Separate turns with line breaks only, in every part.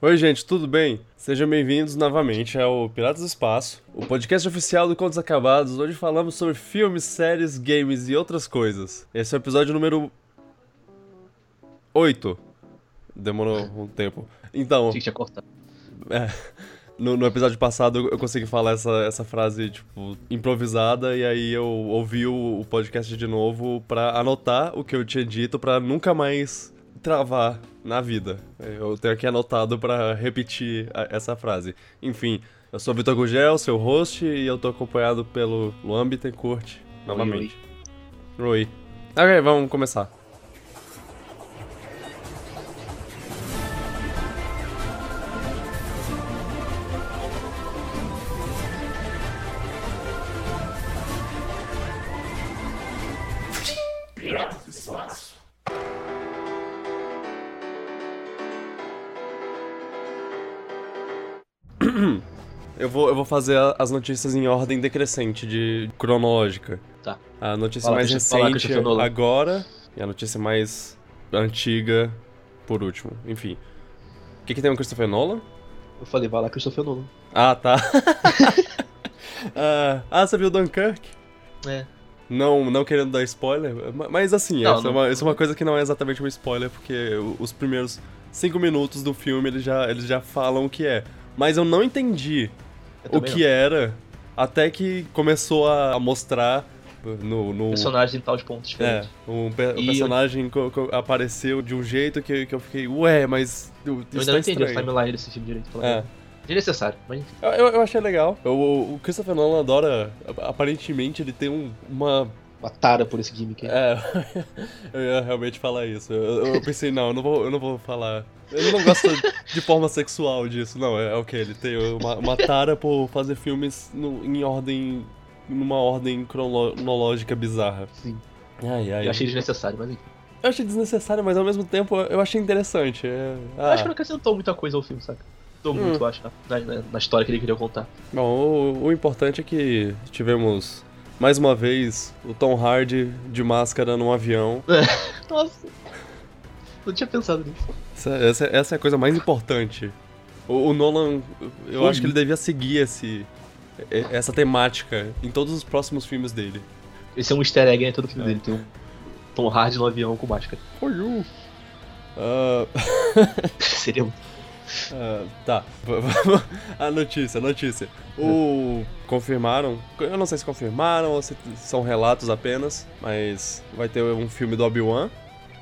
Oi, gente, tudo bem? Sejam bem-vindos novamente ao Piratas do Espaço, o podcast oficial do Contos Acabados, onde falamos sobre filmes, séries, games e outras coisas. Esse é o episódio número 8. Demorou um tempo. Então,
Tinha que tinha cortado.
é, no, no episódio passado eu- eu consegui falar essa, essa frase, tipo, improvisada, e aí eu ouvi o, o podcast de novo pra anotar o que eu tinha dito pra nunca mais travar na vida. Eu tenho aqui anotado pra repetir a- essa frase. Enfim, eu sou o Vitor Gugel, seu host, e eu tô acompanhado pelo Luan Bittencourt, novamente. Roy. Ok, vamos começar. Eu vou, eu vou fazer a- as notícias em ordem decrescente, de cronológica.
Tá.
A notícia
Fala,
mais
deixa eu falar,
recente
Christian Nolan.
agora e a notícia mais antiga por último. Enfim. O que, que tem com o Christopher Nolan?
Eu falei, vai lá Christopher Nolan.
Ah, tá. ah, ah, você viu Dunkirk?
É.
Não, não querendo dar spoiler, ma- mas assim,
Não,
essa, É
não.
uma, essa é uma coisa que não é exatamente um spoiler, porque o- os primeiros cinco minutos do filme eles já, eles já falam o que é. Mas eu não entendi o que era até que começou a a mostrar no. no
Personagens em tal de pontos
é,
diferentes.
um, pe- um
E eu-
personagem co- co- apareceu de um jeito que, que eu fiquei, ué, mas. Eu isso
Eu ainda
tá
não entendi
estranho."
essa timeline desse filme direito.
É.
É. Desnecessário, mas enfim.
Eu, eu- eu achei legal. Eu- o o Christopher Nolan adora. ap- Aparentemente, ele tem um- uma.
Uma tara por esse gimmick. aí.
É, eu ia realmente falar isso. Eu, eu- eu pensei, não, eu não, vou, eu não vou falar. Ele não gosta de forma sexual disso, não. É, é o que? Ele tem uma, uma tara por fazer filmes no- em ordem. numa ordem cronológica bizarra.
Sim.
Ai, ai.
Eu achei desnecessário, mas enfim.
eu achei desnecessário, mas ao mesmo tempo eu achei interessante. É,
Eu
ah. Hum.
Acho que não acrescentou muita coisa ao filme, saca? Tô muito, eu acho, na, na- na história que ele queria contar.
Bom, o, o importante é que tivemos mais uma vez o Tom Hardy de máscara num avião.
Nossa. Não tinha pensado nisso.
Essa, essa- essa é a coisa mais importante. O, o Nolan, eu
Foi.
acho que ele devia seguir esse, e- essa temática em todos os próximos filmes dele.
Esse é um easter egg, né? Todo filme dele tem um Tom Hardy no avião com máscara.
For you. Ah,
Seria um...
ah, tá, V- v- a notícia, a notícia. O confirmaram, eu não sei se confirmaram ou se são relatos apenas, mas vai ter um filme do Obi-Wan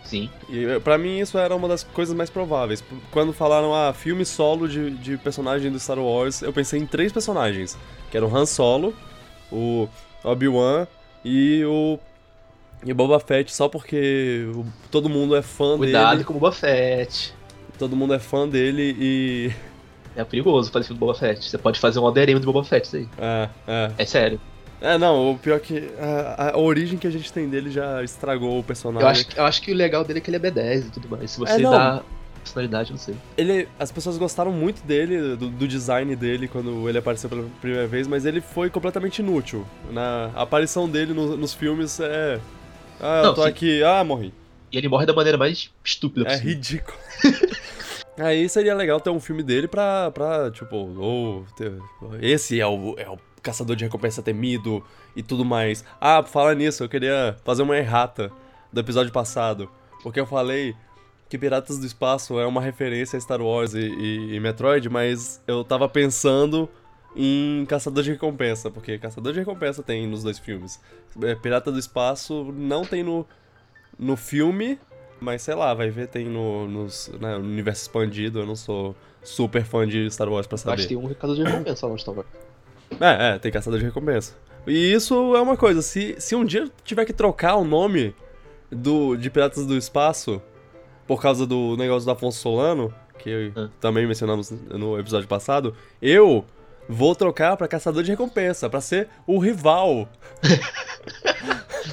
Sim.
E eh, pra mim isso era uma das coisas mais prováveis. P- Quando falaram, ah, filme solo de, de personagem do Star Wars, eu pensei em três personagens. Que eram Han Solo, o Obi-Wan e o... E o Boba Fett, só porque o- todo mundo é fã
Cuidado
dele.
com o Boba Fett.
Todo mundo é fã dele e...
É perigoso fazer filme do Boba Fett. Você pode fazer um ODM do Boba Fett, isso aí.
É, é.
É sério.
É, não, o pior é que a, a origem que a gente tem dele já estragou o personagem.
Eu acho, que- eu acho que o legal dele é que ele é B10 e tudo mais. Se
É,
você
não.
dá personalidade, eu não sei.
ele, as pessoas gostaram muito dele, do, do design dele quando ele apareceu pela primeira vez, mas ele foi completamente inútil. Na a aparição dele no- nos filmes é. Ah, eu
Não,
tô
sim.
aqui, ah, morri.
E ele morre da maneira mais estúpida
É
possível.
ridículo. Aí seria legal ter um filme dele pra, pra tipo, ou. ter- esse é o, é o caçador de recompensa temido e tudo mais. Ah, fala nisso, eu queria fazer uma errata do episódio passado. Porque eu falei que Piratas do Espaço é uma referência a Star Wars e, e- e Metroid, mas eu tava pensando em Caçador de Recompensa, porque Caçador de Recompensa tem nos dois filmes. É, Pirata do Espaço não tem no, no filme, mas sei lá, vai ver, tem no, nos- né, no universo expandido. Eu não sou super fã de Star Wars pra saber.
Mas tem um recado de recompensa lá no Star Wars.
É, é, tem caçador de recompensa. E isso é uma coisa, se, se um dia eu tiver que trocar o nome do, de Piratas do Espaço, por causa do negócio do Afonso Solano, que
Ah.
também mencionamos no episódio passado, eu vou trocar pra Caçador de Recompensa, pra ser o rival,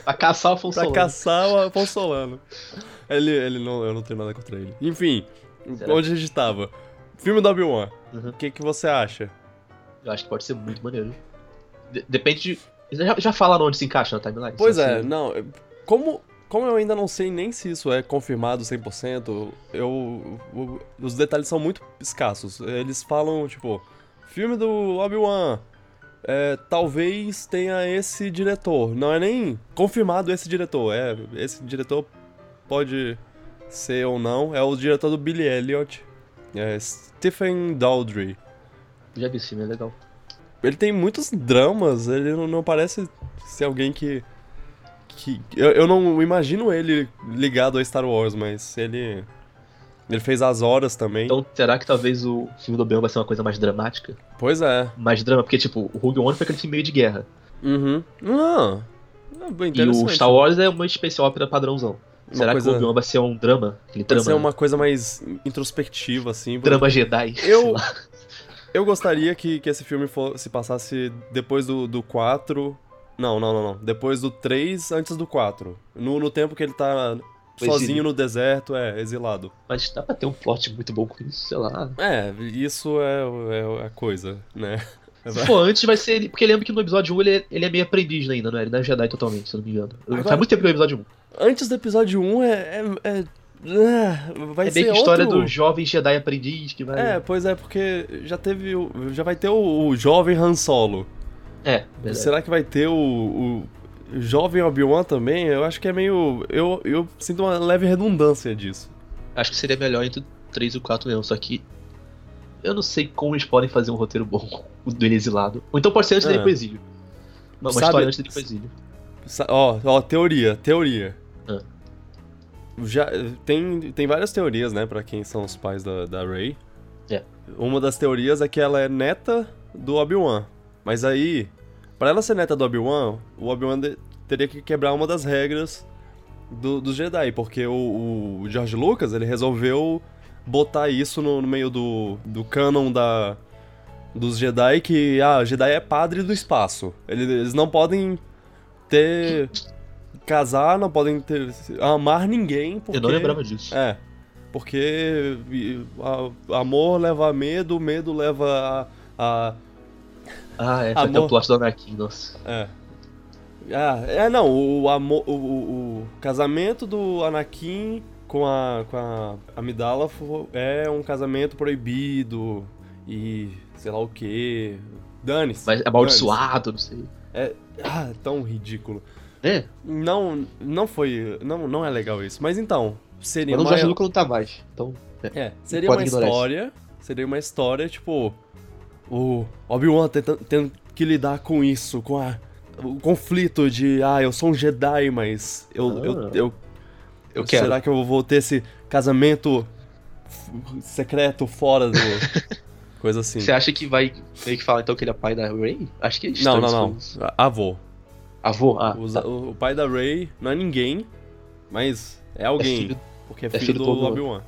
Pra caçar o Afonso
pra
Solano.
caçar o Afonso Solano. Ele, ele não, eu não tenho nada contra ele. Enfim,
Será?
onde a gente tava? Filme do Obi-Wan,
Uhum.
o que, que você acha?
Eu acho que pode ser muito maneiro. De- depende de... Já, já falaram onde se encaixa na timeline?
Pois
Só assim,
é,
se-
não. Como Como eu ainda não sei nem se isso é confirmado 100%, eu, o- os detalhes são muito escassos. Eles falam, tipo, filme do Obi-Wan, é, talvez tenha esse diretor. Não é nem confirmado esse diretor, é, esse diretor pode ser ou não. É o diretor do Billy Elliot, é Stephen Daldry.
Já vi esse filme, é legal.
Ele tem muitos dramas, ele não, não parece ser alguém que. que eu, eu não imagino ele ligado a Star Wars, mas ele. Ele fez as horas também.
Então, será que talvez o filme do Obi-Wan vai ser uma coisa mais dramática?
Pois é.
Mais drama, porque, tipo, o Rogue One foi aquele filme meio de guerra.
Uhum. Ah, é bem
E o
interessante.
Star Wars é uma especial ópera padrãozão.
Uma
será que
coisa-
o Obi-Wan vai ser um drama? Aquele
Pode
drama,
ser uma coisa mais introspectiva, assim. porque-
drama Jedi.
Eu, eu gostaria que, que esse filme fo- se passasse depois do, do 4. Não, não, não, não. Depois do 3, antes do 4. No, no tempo que ele tá
Exílio.
sozinho no deserto, é, exilado.
Mas dá pra ter um plot muito bom com isso, sei lá.
É, isso é, é a coisa, né?
Se for antes, vai ser. ele- Porque lembra que no episódio 1 ele é, ele é meio aprendiz ainda, não é? Ele não é Jedi totalmente, se eu não me engano.
Agora-
Faz muito tempo que é o episódio 1.
Antes do episódio 1 é. é, é- ah, vai
é
ser
meio que a história
outro...
do jovem Jedi aprendiz que vai.
É, pois é, porque já teve. o- Já vai ter o, o jovem Han Solo.
é verdade.
Será que vai ter o, o jovem Obi-Wan também? Eu acho que é meio. Eu, eu sinto uma leve redundância disso.
Acho que seria melhor entre o 3 e o 4 mesmo, só que. Eu não sei como eles podem fazer um roteiro bom o do ele exilado. Ou então pode ser antes
É.
dele pro exílio. Uma, uma
Sabe-
história antes dele pro exílio.
Sa- Ó, ó, teoria, teoria.
Ah.
Já, tem, tem várias teorias, né, pra quem são os pais da, da Rey.
É.
Uma das teorias é que ela é neta do Obi-Wan. Mas aí, pra ela ser neta do Obi-Wan, o Obi-Wan de- teria que quebrar uma das regras do, dos Jedi, porque o, o George Lucas, ele resolveu botar isso no, no meio do, do canon da, dos Jedi, que, ah, Jedi é padre do espaço. Ele- eles não podem ter... casar, não podem ter... amar ninguém, porque...
Eu não lembrava disso.
É. Porque e, a- amor leva a medo, medo leva a. a-
Ah, é, vai ter
Amor.
o plot do Anakin, nossa.
é. Ah, é não, o amor. O, o- o casamento do Anakin com a. com a Amidala fo- é um casamento proibido. E. sei lá o quê. Dane-se.
Mas é amaldiçoado, não sei.
dane-se. Ah, tão ridículo.
É,
Não. Não foi. Não, não é legal isso. Mas então, seria
mas o
uma-
Jorge Lucas não tá mais. Então,
É, seria
pode
uma
ignorar isso.
história. Seria uma história, tipo. O Obi-Wan tenta- tendo que lidar com isso, com a, o conflito de, ah, eu sou um Jedi, mas eu. eu,
Ah.
eu,
Eu quero.
Será que eu vou ter esse casamento f- secreto fora do. Coisa assim.
você acha que vai meio que falar então que ele é pai da Rey? Acho que é
Não,
estranho
não,
isso
não.
com isso.
A- Avô.
Avô? Ah,
Os-
tá.
o, o pai da Rey não é ninguém, mas é
É
alguém.
filho-
porque é filho,
filho
do,
do Obi-Wan.
Obi-Wan.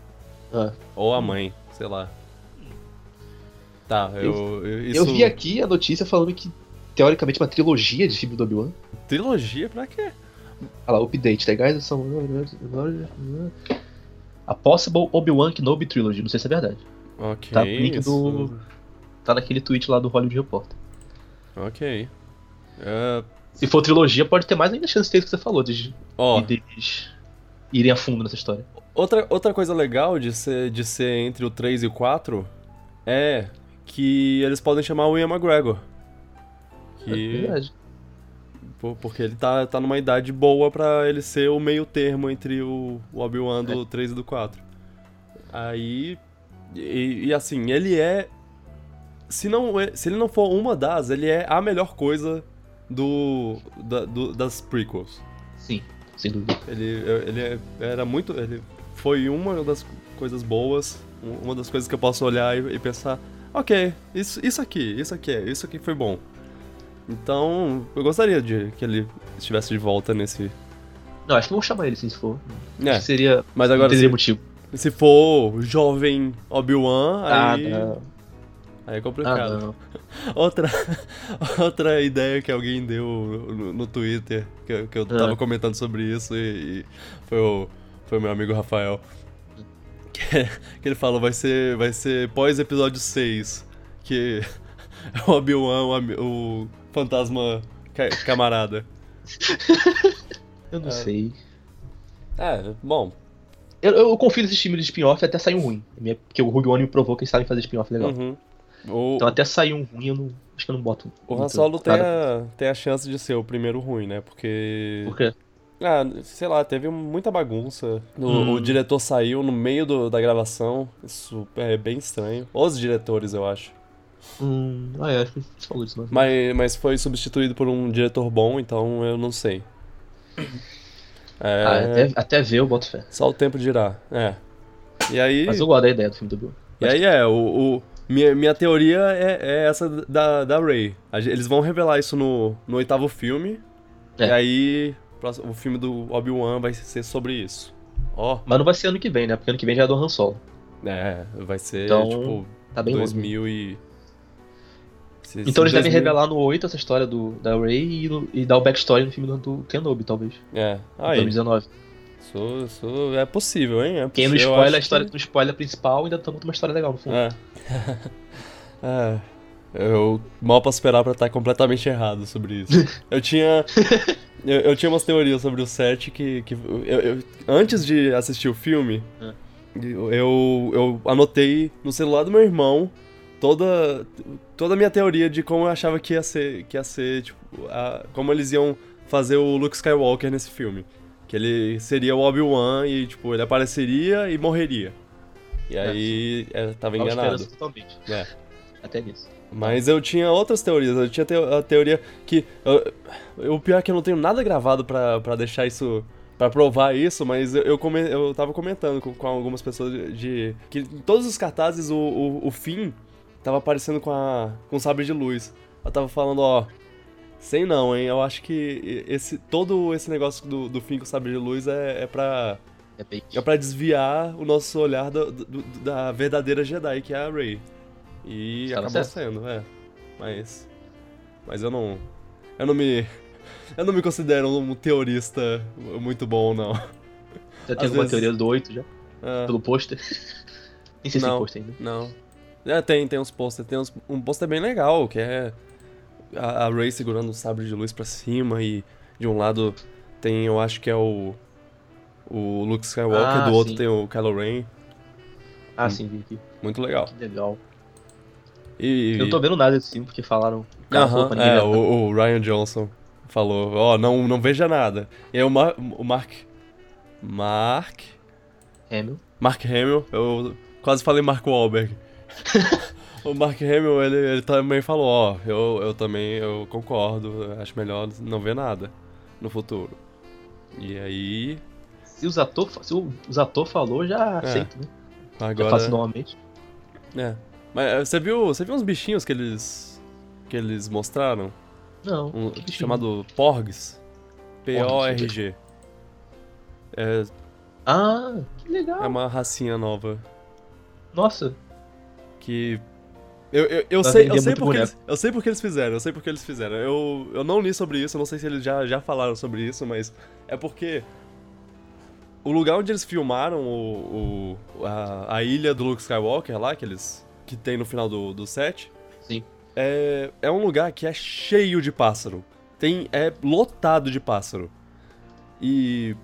Ah.
Ou a mãe, sei lá. Tá, eu. eu- isso...
Eu vi aqui a notícia falando que, teoricamente, uma trilogia de filme do Obi-Wan.
Trilogia pra quê?
Olha lá, update, the guys são... A Possible Obi-Wan Kenobi Trilogy, não sei se é verdade.
Ok.
Tá, link
isso-
do- Tá naquele tweet lá do Hollywood Reporter.
Ok. É,
Se for trilogia, pode ter mais ainda chance de ter isso que você falou, de
ó,
deles irem a fundo nessa história.
outra, outra coisa legal de ser, de ser entre o 3 e o 4 é que eles podem chamar o Ian McGregor.
É
Que,
verdade.
Por- Porque ele tá, tá numa idade boa pra ele ser o meio termo entre o, o Obi-Wan do 3 e do 4. Aí. E, e assim, ele é. Se, não, é- se ele não for uma das, ele é a melhor coisa do, da- do- das prequels.
Sim, sem dúvida.
Ele, ele é- era muito. Ele foi uma das coisas boas, um- uma das coisas que eu posso olhar e, e pensar: ok, isso, isso aqui, isso aqui é, isso aqui foi bom. Então, eu gostaria de que ele estivesse de volta nesse.
Não, acho que vão chamar ele sim, se for.
É,
Acho que seria.
mas
Agora
agora
não teria
se,
motivo.
se for o jovem Obi-Wan, aí,
Ah, não.
aí é
Ah,
complicado.
não.
Outra, outra ideia que alguém deu no, no Twitter, que, eu- que eu
Ah.
tava comentando sobre isso e, e foi, o, foi o meu amigo Rafael. Que, que ele falou, vai ser, vai ser pós episódio 6, que é o Obi-Wan, o, ami- o fantasma ca- camarada.
Eu não
Ah.
sei.
É, bom.
Eu, eu confio nesse time de spin-off até sair um ruim. Minha- Porque o Rugione me provou que eles sabem fazer spin-off legal.
Uhum. O,
Então até sair um ruim, eu não. Acho que eu não boto.
o Han
muito
Solo tem
nada.
a, tem a chance de ser o primeiro ruim, né? Porque.
Por quê?
Ah, sei lá, teve muita bagunça. O,
Hum.
o diretor saiu no meio do- da gravação. Isso é bem estranho. Os diretores, eu acho.
Hum. Ah, é, acho que você falou isso, né?
Mas, mas foi substituído por um diretor bom, então eu não sei. É,
Ah, até, até ver eu boto fé.
Só o tempo dirá. É. E aí.
Mas eu gosto da ideia do filme do Bill.
E aí é, o, o- minha, minha teoria é, é essa da, da Ray. Eles vão revelar isso no, no oitavo filme.
É.
E aí próximo- o filme do Obi-Wan vai ser sobre isso. Ó,
Mas não vai ser ano que vem, né? Porque ano que vem já é do Han Solo.
é, vai ser
Então,
tipo
Tá bem longe.
2000 e... se- se
Então eles
2000
devem revelar no 8 essa história do, da Rey e, no- e dar o backstory no filme do, do Kenobi, talvez.
É, aí,
2019.
sou, sou, é possível, hein? É
Quem
possível, eu
não spoiler
acho
a história,
que-
não spoiler a principal, ainda tá com uma história legal no fundo.
É. É, Eu mal posso esperar pra estar completamente errado sobre isso. Eu tinha. eu, eu tinha umas teorias sobre o set que. que eu- eu- antes de assistir o filme,
É.
eu, eu anotei no celular do meu irmão toda, toda a minha teoria de como eu achava que ia ser. Que ia ser tipo, a- como eles iam fazer o Luke Skywalker nesse filme. Que ele seria o Obi-Wan e, tipo, ele apareceria e morreria. E aí, eu tava
Tava
enganado.
esperança totalmente.
É.
Até nisso.
Mas eu tinha outras teorias. Eu tinha teo- a teoria que. eu- o pior é que eu não tenho nada gravado pra pra deixar isso. Pra provar isso, mas eu, eu, come- eu tava comentando com, com algumas pessoas de, de- Que em todos os cartazes o, o, o fim tava aparecendo com a. com o sabre de luz. Eu tava falando, ó. Sei não, hein? Eu acho que esse, todo esse negócio do, do fim com o sabre de luz é, é pra.
É fake.
É pra desviar o nosso olhar da- do- do- da verdadeira Jedi, que é a Rey. E
Tá
acabou
certo.
sendo, é. Mas. Mas eu não. Eu não me. Eu não me considero um teorista muito bom, não.
Já
às
tem alguma
vezes-
tá teoria do 8 já?
É,
Pelo pôster? Nem sei se tem
Não.
pôster ainda.
não. É, tem, tem uns posters. Tem uns, um pôster bem legal, que é a, a Rey segurando um sabre de luz pra cima e de um lado tem, eu acho que é o. O Luke Skywalker,
Ah,
do outro
sim.
tem o Kylo Ren.
Ah,
Hum.
sim, vi aqui.
Muito legal.
Que legal.
E,
Eu não tô vendo nada desse filme porque falaram. o cara falou
Aham,
pra ninguém
é,
ver.
o, o Ryan Johnson falou, ó, não, não veja nada. E aí o, Mar- o Mark... Mark...
Hamill.
Mark Hamill, eu quase falei Marco Wahlberg. o Mark Hamill, ele, ele também falou, ó, eu, eu também eu concordo, eu acho melhor não ver nada no futuro. E aí,
Se os atores se o- os ator falou, já aceito, né? Já
É, agora...
faço normalmente.
É. Mas é, você viu, você viu uns bichinhos que eles... que eles mostraram?
Não.
um,
que que
chamado Porgs. P-O-R-G. É,
Ah, que
é
legal.
uma racinha nova É.
Nossa,
que. Eu, eu, eu
Vai
sei, eu,
vender
sei
muito
porque eles, eu sei porque eles fizeram, eu sei porque eles fizeram. Eu, eu não li sobre isso, eu não sei se eles já, já falaram sobre isso, mas é porque o lugar onde eles filmaram o, o- a, a ilha do Luke Skywalker lá, que, eles, que tem no final do, do set,
sim.
é, é um lugar que é cheio de pássaro. Tem, é lotado de pássaro. E.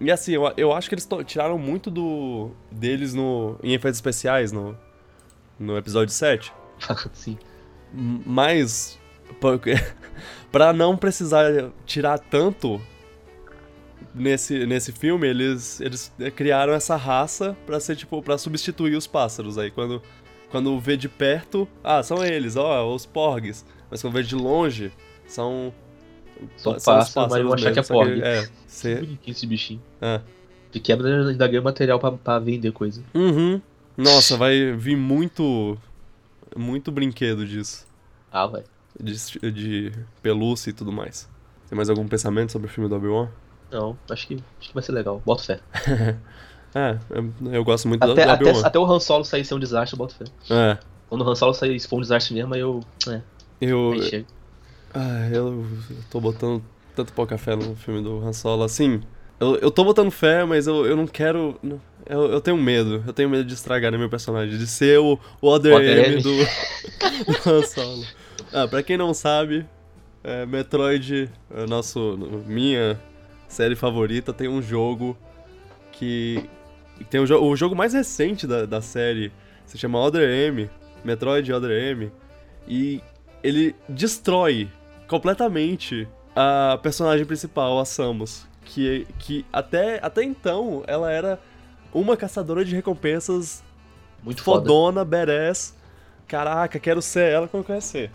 E assim, eu, eu acho que eles to- tiraram muito do deles no, em efeitos especiais no, no episódio 7.
sim.
M- Mas. pra- Pra não precisar tirar tanto nesse, nesse filme, eles, eles eh, criaram essa raça pra ser tipo. para substituir os pássaros. Aí quando, quando vê de perto. Ah, são eles, ó, os porgs. Mas quando vê de longe, são.
Só
são os
passa, mas eu vou achar que é
mesmo, só
porg.
é,
Que
cê-
bonitinho esse bichinho.
é.
De quebra ainda ganha material pra, pra vender coisa.
Uhum. Nossa, vai vir muito. Muito brinquedo disso.
Ah, vai.
de, de pelúcia e tudo mais. Tem mais algum pensamento sobre o filme do Obi-Wan?
Não, acho que, acho que vai ser legal. Boto fé.
É, eu, eu gosto muito do-
Até,
do
até,
Obi-Wan.
até o Han Solo sair ser um desastre, eu boto fé.
É,
Quando o Han Solo sair se for um desastre mesmo, aí eu. É,
eu,
aí chega.
ah, eu tô botando tanto pouca fé no filme do Han Solo, assim... Eu, eu tô botando fé, mas eu, eu não quero... não- Eu, eu tenho medo, eu tenho medo de estragar meu personagem, de ser o, o Other
Other
M
M.
do, do Han Solo. Ah, pra quem não sabe, é, Metroid, é nosso, minha série favorita, tem um jogo que tem o, jo- o jogo mais recente da, da série, se chama Other M, Metroid Other M, e ele destrói completamente a personagem principal, a Samus, que, que até, até então ela era uma caçadora de recompensas
Muito foda.
fodona, badass. Caraca, quero ser ela quando conhecer.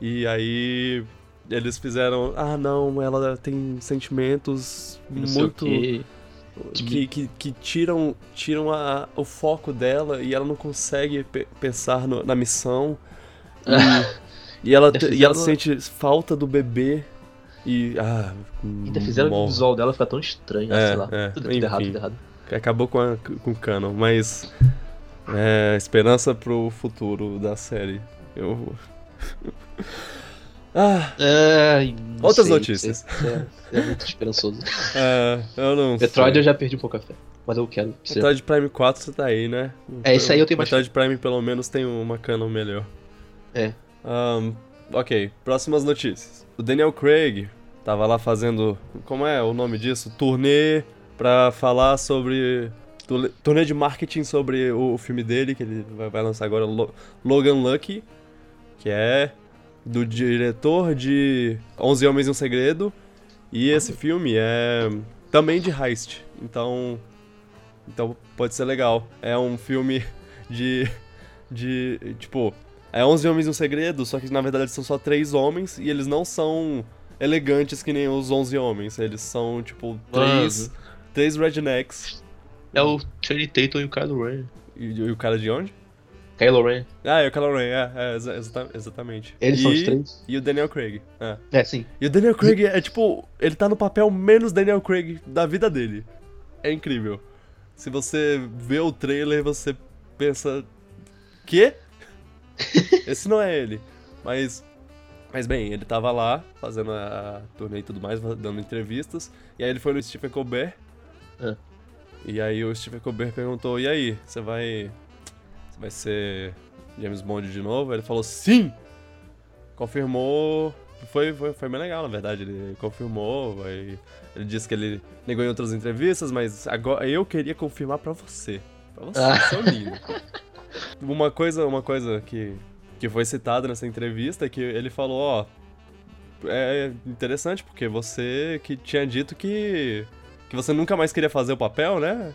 E aí eles fizeram, ah não, ela tem sentimentos
Não sei o
um muito
quê. De
que, que, que tiram, tiram a- o foco dela e ela não consegue pe- pensar no- na missão. E, e ela,
Ainda
te- e
fizeram-
ela sente falta do bebê. E. Ah,
Ainda fizeram o
morre.
visual dela ficar tão estranho,
É,
sei lá.
é,
tudo, tudo errado,
enfim.
tudo errado.
Acabou com, a, com o canon, mas. É, esperança pro futuro da série. Eu. ah,
É, não
Outras
sei,
notícias.
É, é muito esperançoso.
é, eu não.
Metroid
sei.
eu já perdi um pouco a fé. Mas eu quero. que seja.
Metroid Prime 4 você tá aí, né?
É, esse aí eu tenho mais
Metroid Prime pelo menos tem uma canon melhor.
É.
Ahn, ok, próximas notícias. O Daniel Craig tava lá fazendo, como é o nome disso? Turnê pra falar sobre... tule- Turnê de marketing sobre o o filme dele, que ele vai- vai lançar agora, Lo- Logan Lucky, que é do diretor de 11 Homens e um Segredo, e esse filme é também de heist, então... Então pode ser legal. É um filme de... de tipo... É 11 Homens e um Segredo, só que na verdade são só três homens e eles não são elegantes que nem os 11 homens. Eles são, tipo, três, três rednecks.
É o Channing Tatum e o Kylo Ren.
E, e o cara de onde?
Kylo Ren.
Ah, é o Kylo Ren, é, é, exa- exata- exatamente.
Eles
e,
são os três?
E o Daniel Craig. é.
É, sim.
E o Daniel Craig é tipo, ele tá no papel menos Daniel Craig da vida dele. É incrível. Se você vê o trailer, você pensa. Quê? Esse não é ele. Mas. Mas bem, ele tava lá, fazendo a, a turnê e tudo mais, dando entrevistas. E aí ele foi no Stephen Colbert.
É.
E aí o Stephen Colbert perguntou: E aí, você vai. Você vai ser James Bond de novo? Ele falou: Sim! confirmou. Foi, foi, foi bem legal, na verdade. Ele confirmou. aí ele disse que ele negou em outras entrevistas, mas agora eu queria confirmar pra você. Pra você,
Ah.
seu lindo. Uma coisa, uma coisa que, que foi citada nessa entrevista é que ele falou, ó. É interessante, porque você que tinha dito que. que você nunca mais queria fazer o papel, né?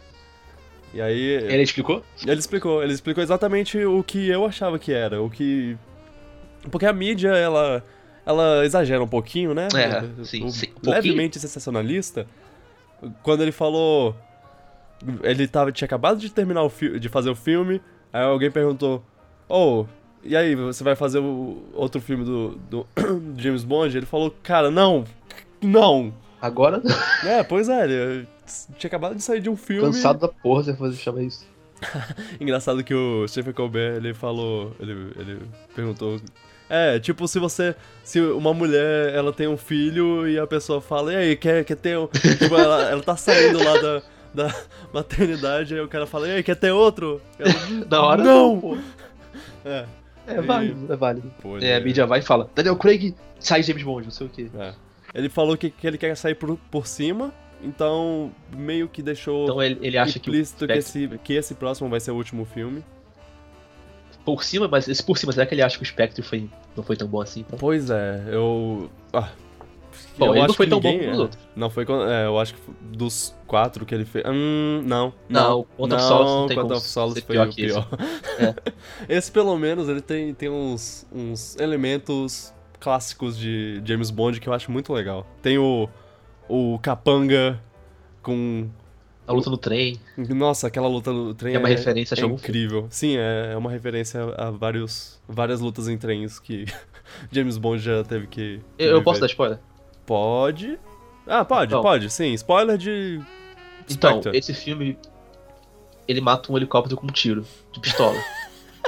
E aí.
Ele explicou?
Ele explicou, ele explicou exatamente o que eu achava que era, o que. Porque a mídia, ela. Ela exagera um pouquinho, né?
É, sim,
O-
sim, um
levemente sensacionalista. Quando ele falou. Ele tava, tinha acabado de terminar o fi- de fazer o filme, aí alguém perguntou: Oh, e aí, você vai fazer o outro filme do, do James Bond? Ele falou: Cara, não, não.
Agora,
É, pois é, ele tinha acabado de sair de um filme.
cansado da porra você fazer chamar isso.
Engraçado que o Stephen Colbert, ele falou, ele, ele perguntou, é, tipo, se você, se uma mulher, ela tem um filho e a pessoa fala, e aí, quer, quer ter um, tipo, ela, ela tá saindo lá da, da maternidade, aí o cara fala, e aí, quer ter outro? Ela,
Da hora.
Não!
pô.
é,
É válido, é válido.
pô,
É, a mídia vai e fala: Daniel Craig sai James Bond, não sei o quê.
é. Ele falou que, que ele quer sair por, por cima, então meio que deixou
Então ele, ele acha que
implícito que,
Spectre-
esse, que esse próximo vai ser o úlimo filme.
por cima, mas esse por cima, será que ele acha que o Spectre foi, não foi tão bom assim? Então,
Pois é, eu. Ah,
Bom, ele não foi
que
tão bom
ninguém-
quanto os
é,
outros.
Não foi. quan- é, eu acho que dos quatro que ele fez. Hum, não.
Não, o Quantum of Solace não tem
Quantum
como
of Solace
ser
foi
pior
o
que esse. É.
pior. Esse, pelo menos, ele tem, tem uns, uns elementos clássicos de James Bond que eu acho muito legal. Tem o, o Capanga com.
A luta no trem,
Nossa, aquela luta no trem.
É uma referência,
é
acho algum
incrível. Sim, é, é uma referência a vários, várias lutas em trens que James Bond já teve que.
Eu, eu posso
viver.
dar spoiler?
Pode. Ah, pode,
Então.
pode, sim. Spoiler de.
Então,
Spectre.
esse filme. Ele mata um helicóptero com um tiro de pistola.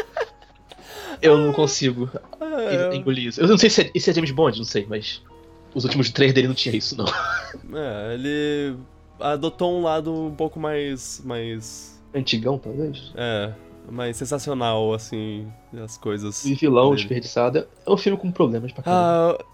eu não consigo en-
É,
engolir isso. Eu não sei se é, isso é James Bond, não sei, mas. Os últimos três dele não tinha isso, não.
é, ele adotou um lado um pouco mais. mais.
Antigão, talvez.
É. Mais sensacional, assim, as coisas.
E vilão
dele.
desperdiçado. É um filme com problemas pra caramba.
Ah.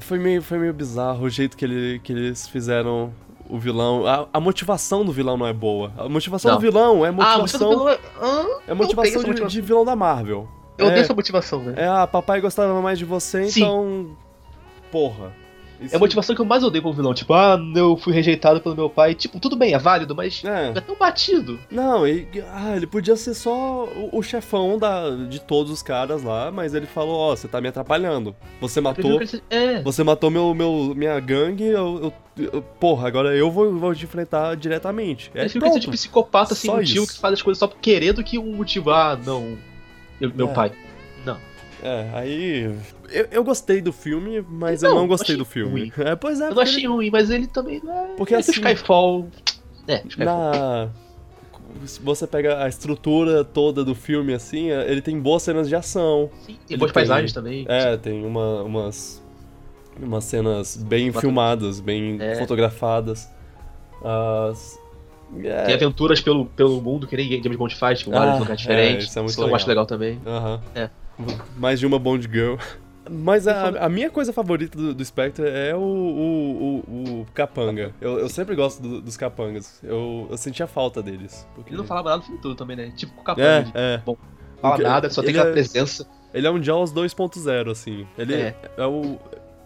Foi meio, foi meio bizarro o jeito que, ele, que eles fizeram o vilão. A, a motivação do vilão não é boa. A motivação
Não.
do vilão é
Ah, mas
motivação.
todo vilão é. Ah,
É motivação
essa
de,
motivação.
de vilão da Marvel.
eu
é-
odeio essa motivação, né? velho.
É, ah, papai gostava mais de você,
Sim.
então. Porra.
É a motivação que eu mais odeio pro vilão. Tipo, ah, eu fui rejeitado pelo meu pai. Tipo, tudo bem, é válido, mas.
É.
É tão batido.
Não, e, ah, ele podia ser só o, o chefão da, de todos os caras lá, mas ele falou, ó, você tá me atrapalhando. Você
Eu prefiro
matou.
que ele seja- É.
Você matou meu, meu, minha gangue, eu, eu- eu- Porra, agora eu vou, vou te enfrentar diretamente.
Eu
É,
prefiro que ele seja
pronto.
um psicopata sem
Só
motivo
isso.
que faz as coisas só por querer do que um motivo. Ah, não. eu- meu
É.
pai.
é, aí. Eu, eu gostei do filme, mas eu
Não,
não gostei
achei
do filme.
ruim.
É, pois é,
Eu não
porque
achei ruim, mas ele também não é.
Porque
é que o
assim-
Skyfall. É, o Skyfall.
na se você pega a estrutura toda do filme assim, ele tem boas cenas de ação.
Sim, tem
ele
boas
tem-
paisagens também.
É, tem uma- umas umas cenas bem
Bacana.
filmadas, bem
É.
fotografadas. As- é,
Tem aventuras pelo, pelo mundo que nem James Bond faz, tipo,
Ah,
vários lugares
é,
diferentes.
isso é muito
eu acho legal também.
aham.
É.
Mais de uma Bond Girl. Mas a,
Ele
a minha coisa favorita do, do Spectre é o, o, o- o Capanga. Eu, eu sempre gosto do- dos Capangas. Eu, eu sentia falta deles. Porque...
Ele não falava nada do filme todo também, né? Tipo, com o capanga.
É,
ele
é.
não fala
porque
nada, só tem
ele
aquela
é-
presença.
Ele é um Jaws 2.0, assim. Ele é,
É.
o.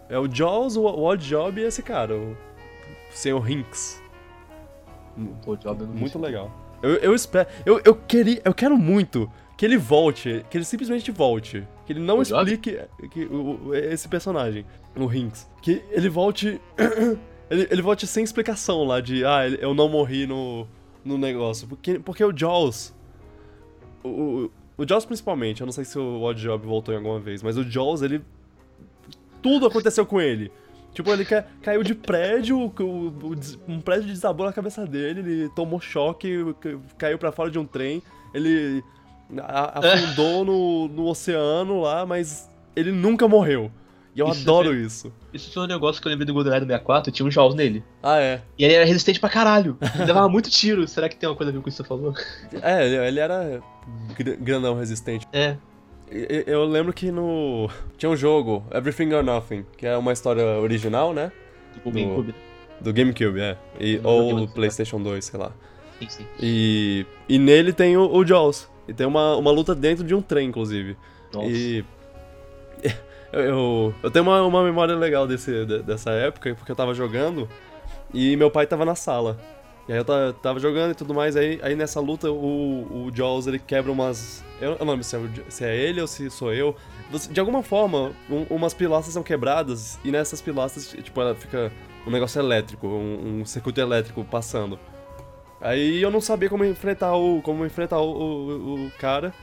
É o Jaws, o o Odd Job e esse cara, o Senhor Hinks.
Pô, Job, eu não
Muito
sei.
legal. Eu, eu espero. Eu, eu queria. Eu quero muito que ele volte. Que ele simplesmente volte. Que ele não
O Job?
explique eh, que, o- o- esse personagem, o Hinks. Que ele volte. ele, ele volte sem explicação lá de. Ah, ele- eu não morri no, no negócio. Porque, porque o Jaws. O, o, o Jaws principalmente. Eu não sei se o Odd Job voltou em alguma vez. Mas o Jaws, ele. Tudo aconteceu com ele. Tipo, ele ca- caiu de prédio, o- o- o des- um prédio desabou na cabeça dele, ele tomou choque, ca- caiu pra fora de um trem, ele a- afundou no, no oceano lá, mas ele nunca morreu. E eu
Isso
adoro isso.
Esse foi um negócio que eu lembrei do GoldenEye do 64, tinha um Jaws nele.
Ah, é.
E ele era resistente pra caralho. Ele levava muito tiro. Será que tem uma coisa a ver com isso que você falou?
É, ele, ele era gr- grandão resistente.
É.
E- e- Eu lembro que no. Tinha um jogo, Everything or Nothing, que é uma história original, né?
Do GameCube.
Do GameCube, é. E,
Não joguei,
ou
mas-
PlayStation 2, sei lá.
Sim, sim.
E, e nele tem o, o Jaws. E tem uma, uma luta dentro de um trem, inclusive.
Nossa.
E. Eu, eu, eu tenho uma, uma memória legal desse, de- dessa época, porque eu tava jogando e meu pai tava na sala. E aí eu ta- tava jogando e tudo mais, aí, aí nessa luta o, o Jaws ele quebra umas. Eu eu não lembro se é, o J- se é ele ou se sou eu. Você- De alguma forma, um- umas pilastras são quebradas e nessas pilastras, tipo, ela fica um negócio elétrico, um, um circuito elétrico passando. Aí eu não sabia como enfrentar o. como enfrentar o, o- o cara.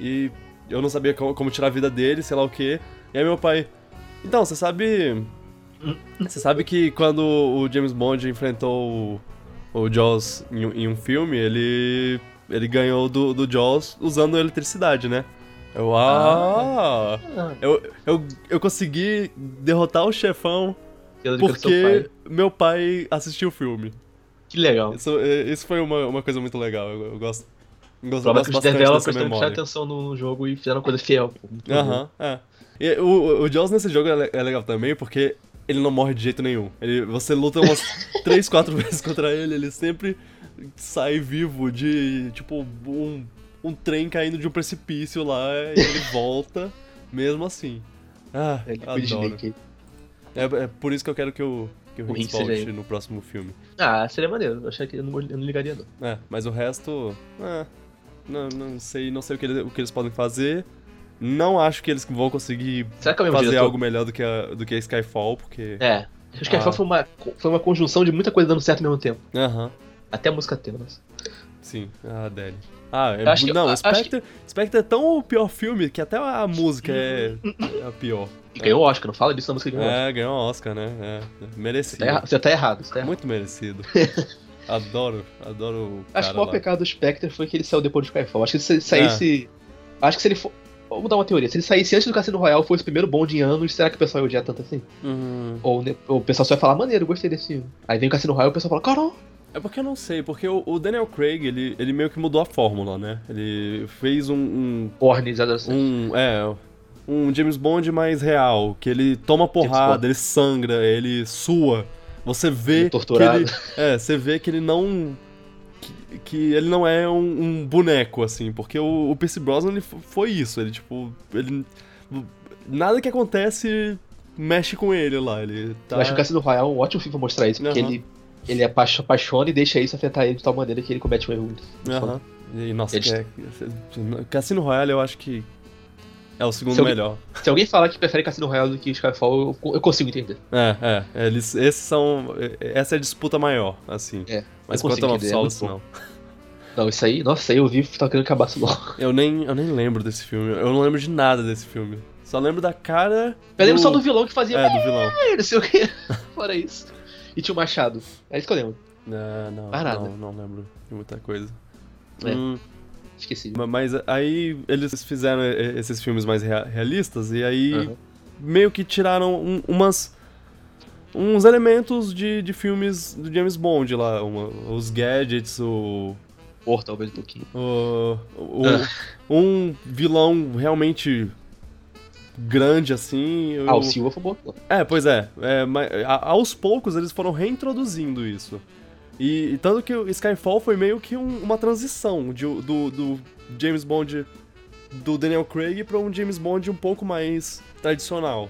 E eu não sabia como, como tirar a vida dele, sei lá o quê. E aí meu pai. Então, você sabe. Você sabe que quando o James Bond enfrentou o, o Jaws em, um- em um filme, ele. ele ganhou do, do Jaws usando eletricidade, né? Eu. Ah!
Ah,
Eu, eu, eu consegui derrotar o chefão
piada de canção,
porque
pai.
meu pai assistiu o filme.
Que legal.
Isso, é, isso foi uma, uma coisa muito legal. Eu, eu gosto. Eu gosto,
Prova
gosto
que é
bastante
os developers
dessa
também prestaram
memória.
atenção no no jogo e fizeram uma coisa fiel. pô. Muito bom.
Aham, é. E o, o Jaws nesse jogo é, le- é legal também porque ele não morre de jeito nenhum. Ele, você luta umas 3, 4 vezes contra ele, ele sempre sai vivo de tipo um, um trem caindo de um precipício lá e ele volta mesmo assim. Ah,
É, Liquid
adoro.
Snake.
É, é por isso que eu quero que o, que o,
O
Hinks
Hinks seja
volte
ele.
no próximo filme.
Ah, seria maneiro. Eu, achei que eu, não, eu não ligaria, não.
É, mas o resto. É, não, não sei, não sei o que, eles, o que eles podem fazer. Não acho que eles vão conseguir
Será que é o mesmo
fazer
diretor?
algo melhor do que, a, do que a Skyfall, porque.
É. Acho que Skyfall
Ah.
foi, uma, foi uma conjunção de muita coisa dando certo ao mesmo tempo.
Aham,
Até a música tema. nossa.
sim, a Adele. Ah, é,
Eu acho que-
não,
eu acho
Spectre, Spectre é tão o pior filme que até a música é é a pior.
E ganhou o Oscar, não fala disso na música que ganhou o Oscar.
É, ganhou um Oscar, né? É,
Você tá,
merecido.
erra- você tá errado, você tá errado.
Muito merecido. Adoro, adoro o cara É.
Acho que o maior
lá.
pecado do Spectre foi que ele saiu depois do Skyfall. Acho que se ele saísse. Acho que se ele for. Vamos dar uma teoria. Se ele saísse antes do Cassino Royale, fosse o primeiro bonde em anos, será que o pessoal ia odiar tanto assim?
Uhum.
Ou né, ou o pessoal só ia falar, maneiro, gostei desse filme. Aí vem o Cassino Royale e o pessoal fala, caramba,
É porque eu não sei, porque o, o Daniel Craig, ele, ele meio que mudou a fórmula, né? Ele fez um- um
Borne, 007.
um é um James Bond mais real, que ele toma porrada,
Bond.
ele sangra, ele sua. Você vê.
Torturado.
Que ele, é, você vê que ele não. Que, que ele não é um, um boneco, assim, porque o, o Percy Brosnan ele f- foi isso. Ele, tipo. Ele, nada que acontece mexe com ele lá. Ele tá...
Eu acho que o Cassino Royale é um ótimo filme pra mostrar isso, porque
Aham.
ele, ele apaixo- apaixona e deixa isso afetar ele de tal maneira que ele comete um erro muito
Aham. E, nossa,
Eles-
que é- Cassino Royale eu acho que é o segundo
Se alguém-
melhor.
Se alguém falar que prefere Cassino Royale do que Skyfall, eu, eu consigo entender.
É, é. Eles, esses são. Essa é a disputa maior, assim.
É,
Mas
eu consigo
quanto ao
entender, é
Solace,
muito
não.
Não, isso aí, nossa, isso aí eu vi tá querendo acabar isso logo.
Eu nem, eu nem lembro desse filme. Eu não lembro de nada desse filme. Só lembro da cara.
Eu lembro só do vilão que fazia
É, do vilão.
"Ah, não sei o que. Fora isso. E tinha o Machado. É isso que eu lembro.
Ah, não,
Mais nada.
não, não lembro de muita coisa.
É.
Hum,
Esqueci.
ma- mas aí eles fizeram e- esses filmes mais rea- realistas e aí
Aham.
meio que tiraram um- umas uns elementos de, de filmes do James Bond lá, uma- os gadgets, o
Porra, talvez um pouquinho.
o- o-
Ah.
um vilão realmente grande assim.
Ah,
eu-
o Silva foi bom. pô.
é, pois é. É, mas a- aos poucos eles foram reintroduzindo isso. E, e tanto que o Skyfall foi meio que um- uma transição de- do, do James Bond do Daniel Craig para um James Bond um pouco mais tradicional.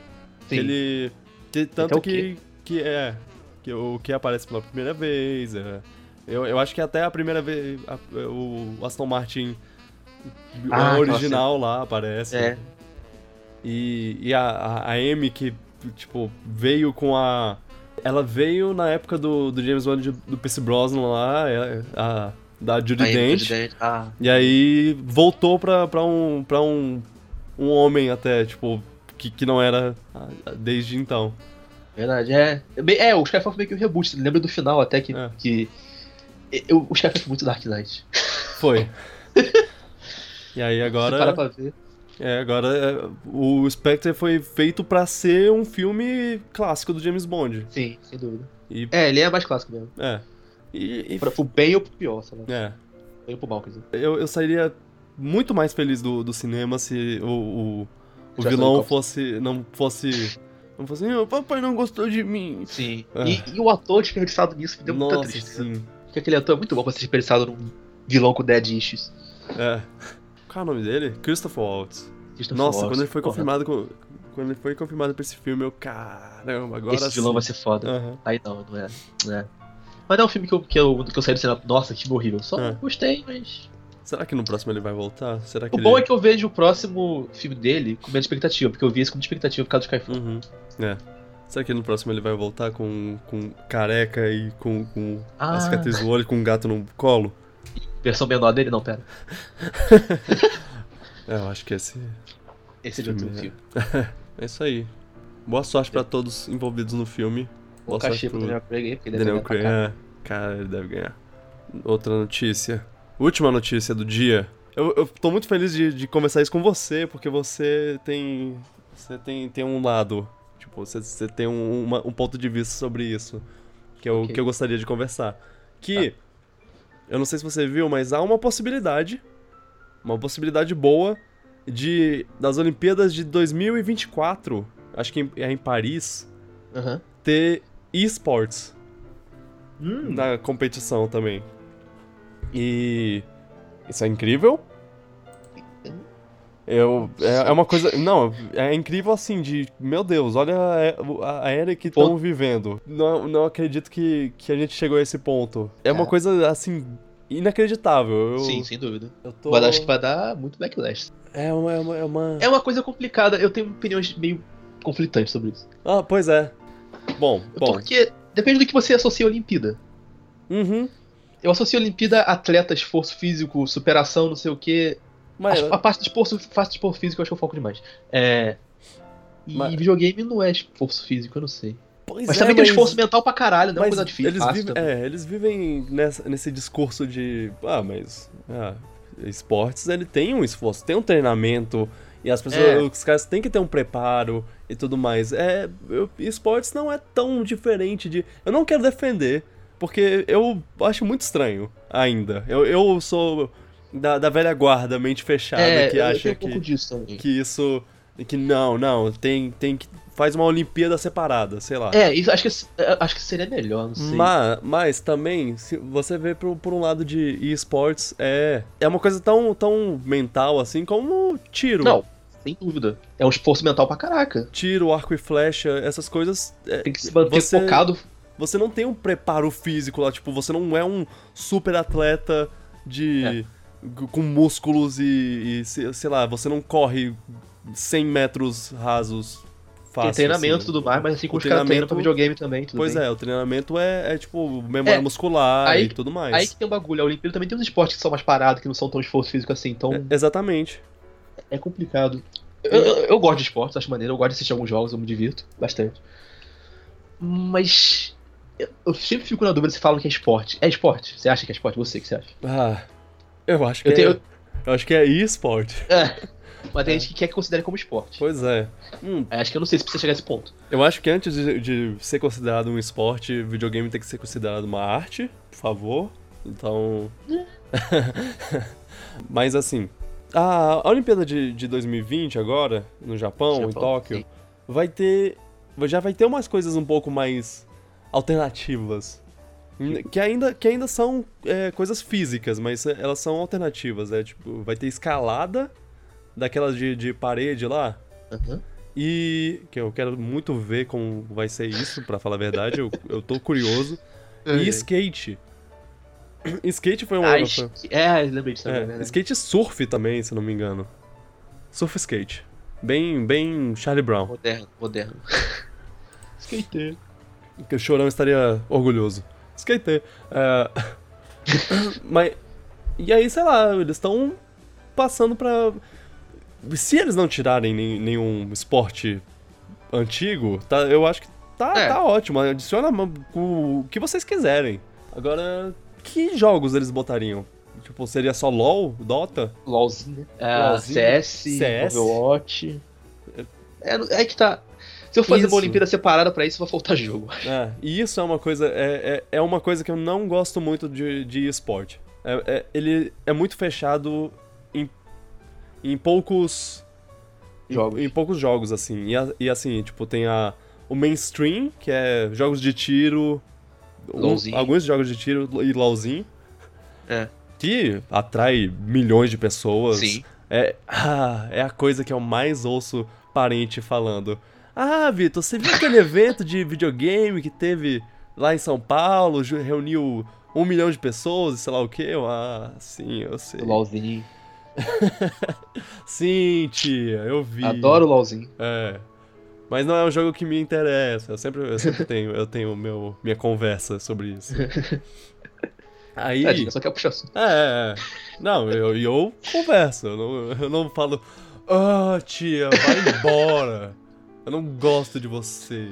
Sim.
Ele que- tanto
o
que que é que o que aparece pela primeira vez. é. eu, eu acho que até a primeira vez a- o Aston Martin o
Ah,
original lá aparece.
É.
E, e a, a, a Amy que, tipo, veio com a. Ela veio na época do, do James Bond de- do Percy Brosnan lá, é, a- da Judy
Aí,
Dench.
Dente. Ah,
E aí voltou pra, pra, um, pra um, um homem até, tipo, que, que não era ah, desde então.
verdade. É, É bem- é o Skyfall foi meio que um reboot. Você lembra do final até que.
É.
que eu, o Skyfall foi muito Dark Knight.
Foi. e aí
Você para
agora.
pra ver.
É, agora é, o Spectre foi feito pra ser um filme clássico do James Bond.
Sim, sem dúvida.
E.
É, ele é mais clássico mesmo.
É. E. e
Pra, pro bem ou pro pior, sei lá.
é.
Pro bem ou pro mal, quer dizer.
Eu, eu sairia muito mais feliz do, do cinema se o, o, o
Já
vilão
saiu
fosse. Não fosse. Não fosse. "Ah, O papai não gostou de mim.
Sim.
Ah.
E, e o ator desperdiçado nisso me deu muita
Nossa,
tristeza.
sim.
Porque aquele ator é muito bom pra ser desperdiçado num vilão com dead issues.
É. Qual é o nome dele? Christopher Waltz.
Christopher
Nossa,
Walken,
quando ele foi
porra.
confirmado com- Quando ele foi confirmado pra esse filme, eu. Caramba, agora
Esse vilão vai ser foda.
Aham.
Aí não, não é. Não é. Mas não é um filme que eu, que eu, que eu saí do cinema. Nossa, que horrível. Só
É.
gostei, mas.
Será que no próximo ele vai voltar? Será que
O
ele...
bom é que eu vejo o próximo filme dele com menos expectativa, porque eu vi esse com expectativa por causa do Skyfall.
Uhum. É. Será que no próximo ele vai voltar com, com careca e com, com a
Ah,
cicatriz no olho, com um gato no colo?
versão menor dele? Não, pera.
É, eu acho que esse.
Esse é de outro
Filme,
filme.
É isso aí. Boa sorte pra todos envolvidos no filme.
O
Boa
cachê
sorte
pro
pro
Daniel Craig aí, porque ele
tipo, Daniel
deve
Craig.
ganhar pra
É, cara, ele deve ganhar. Outra notícia. Última notícia do dia. Eu, eu tô muito feliz de, de conversar isso com você, porque você tem. Você tem, tem um lado. Tipo, você, você tem um, uma- um ponto de vista sobre isso. Que é o
Ok. Tá.
que eu gostaria de conversar. Que. Eu não sei se você viu, mas há uma possibilidade. Uma possibilidade boa de. Das Olimpíadas de 2024. Acho que em- é em Paris.
cá. Aham.
Ter esports
Hum,
na competição também. E isso é incrível. Eu, é, é uma coisa. Não, é incrível assim, de. Meu Deus, olha a- a, a era que
Pô.
estão vivendo. Não, não acredito que, que a gente chegou a esse ponto. É, uma
É.
coisa, assim, inacreditável. Eu,
Sim, sem dúvida.
eu tô.
Mas acho que vai dar muito backlash.
É uma. É uma, é uma-
É uma coisa complicada, eu tenho opiniões meio conflitantes sobre isso.
Ah, pois é. Bom, bom.
Porque depende do que você associa à Olimpíada.
Uhum.
Eu associo a Olimpíada a atleta, esforço físico, superação, não sei o quê.
Mas,
Acho- a parte de esforço, parte de esforço físico eu acho que eu foco demais. É. E
Mas-
videogame não é esforço físico, eu não sei.
pois
Mas
é,
também tem um esforço mental pra caralho, não é uma
Mas
coisa difícil.
Eles
fácil
vivem,
também.
é, eles vivem nessa- nesse discurso de. Ah, mas. ah, esportes, ele tem um esforço, tem um treinamento. E as pessoas.
É.
Os caras têm que ter um preparo e tudo mais. É, eu- esportes não é tão diferente de. Eu não quero defender, porque eu acho muito estranho ainda. Eu, eu sou da, da velha guarda, mente fechada,
É,
né, que
eu
acha
tenho um
que
pouco disso também.
que isso. Que não, não, tem, tem que faz uma Olimpíada separada, sei lá.
É, isso, acho, que, acho que seria melhor, não sei.
Mas, mas também, se você vê por, por um lado de esportes, é, é uma coisa tão, tão mental assim como tiro.
Não, sem dúvida. É um esforço mental pra caraca.
Tiro, arco e flecha, essas coisas. é,
Tem que se manter
você-
focado.
Você não tem um preparo físico lá, tipo, você não é um super atleta
É.
de. com músculos e, e se- sei lá, você não corre 100 metros rasos fácil.
Tem treinamento e
assim.
tudo mais, mas assim como
O
os caras
treinamento-
treinam pra videogame também, tudo
Pois
bem.
é, o treinamento é, é, tipo memória
É,
muscular
aí
e
que-
tudo mais.
Aí que tem o bagulho, a Olimpíada também tem uns esportes que são mais parados, que não são tão esforço físico assim, então
É, exatamente.
é, complicado. Eu, eu- eu gosto de esportes, acho maneiro, eu gosto de assistir alguns jogos, eu me divirto bastante. Mas eu, eu sempre fico na dúvida se falam que é esporte. É esporte? Você acha que é esporte? Você que você acha?
Ah, eu acho que
Eu
é.
tenho-
Eu acho que é e-sport.
Mas tem gente que quer que considere como esporte.
Pois é. Hum,
Aí Acho que eu não sei se precisa chegar a esse ponto.
eu acho que antes de, de ser considerado um esporte, videogame tem que ser considerado uma arte, por favor. Então. Mas assim. A a Olimpíada de, de 2020 agora, no Japão, em
Japão,
Tóquio,
sim.
vai ter. Já vai ter umas coisas um pouco mais alternativas. Que ainda, que ainda são é, coisas físicas, mas é, elas são alternativas. É tipo, vai ter escalada daquelas de, de parede lá.
Aham.
E que eu quero muito ver como vai ser isso, pra falar a verdade, eu, eu tô curioso.
Ai,
E skate. Skate foi uma.
Ah,
foi-
esqui- É, lembrei disso também,
é,
né?
skate e surf também, se não me engano. Surf skate. Bem, bem Charlie Brown.
Moderno, moderno. Skater.
Que o Chorão estaria orgulhoso. Skate. É... Mas. E aí, sei lá, eles estão passando pra. Se eles não tirarem nem- nenhum esporte antigo, tá, eu acho que tá,
É.
tá ótimo. Adiciona o o que vocês quiserem. Agora, que jogos eles botariam? Tipo, seria só LOL, Dota?
LOLzinho, né?
LOLzinho,
CS,
CS.
Overwatch. É, é que tá. Se eu fazer
Isso.
uma Olimpíada separada pra isso, vai faltar jogo.
É, e isso é uma coisa é, é, é uma coisa que eu não gosto muito de, de esporte. É- é- ele é muito fechado em, em poucos em-
Jogos.
Em, poucos jogos assim. E, a- e assim tipo tem a o mainstream que é jogos de tiro, um-
LOLzinho.
alguns jogos de tiro e LOLzinho.
É.
Que atrai milhões de pessoas. É, ah, é a coisa que eu mais ouço parente falando. Ah, Vitor, você viu aquele evento de videogame que teve lá em São Paulo, ju- reuniu um milhão de pessoas, sei lá o quê? Eu, Ah, sim, eu sei.
O LOLzinho.
Sim, tia, eu vi.
Adoro o LOLzinho.
É. Mas não é um jogo que me interessa. Eu sempre, eu sempre tenho, eu tenho meu, minha conversa sobre isso. Aí.
É, a gente só quer puxar assunto.
É, é. Não, eu, e eu converso. Eu não, eu não falo, ah, tia, vai embora. Eu não gosto de você.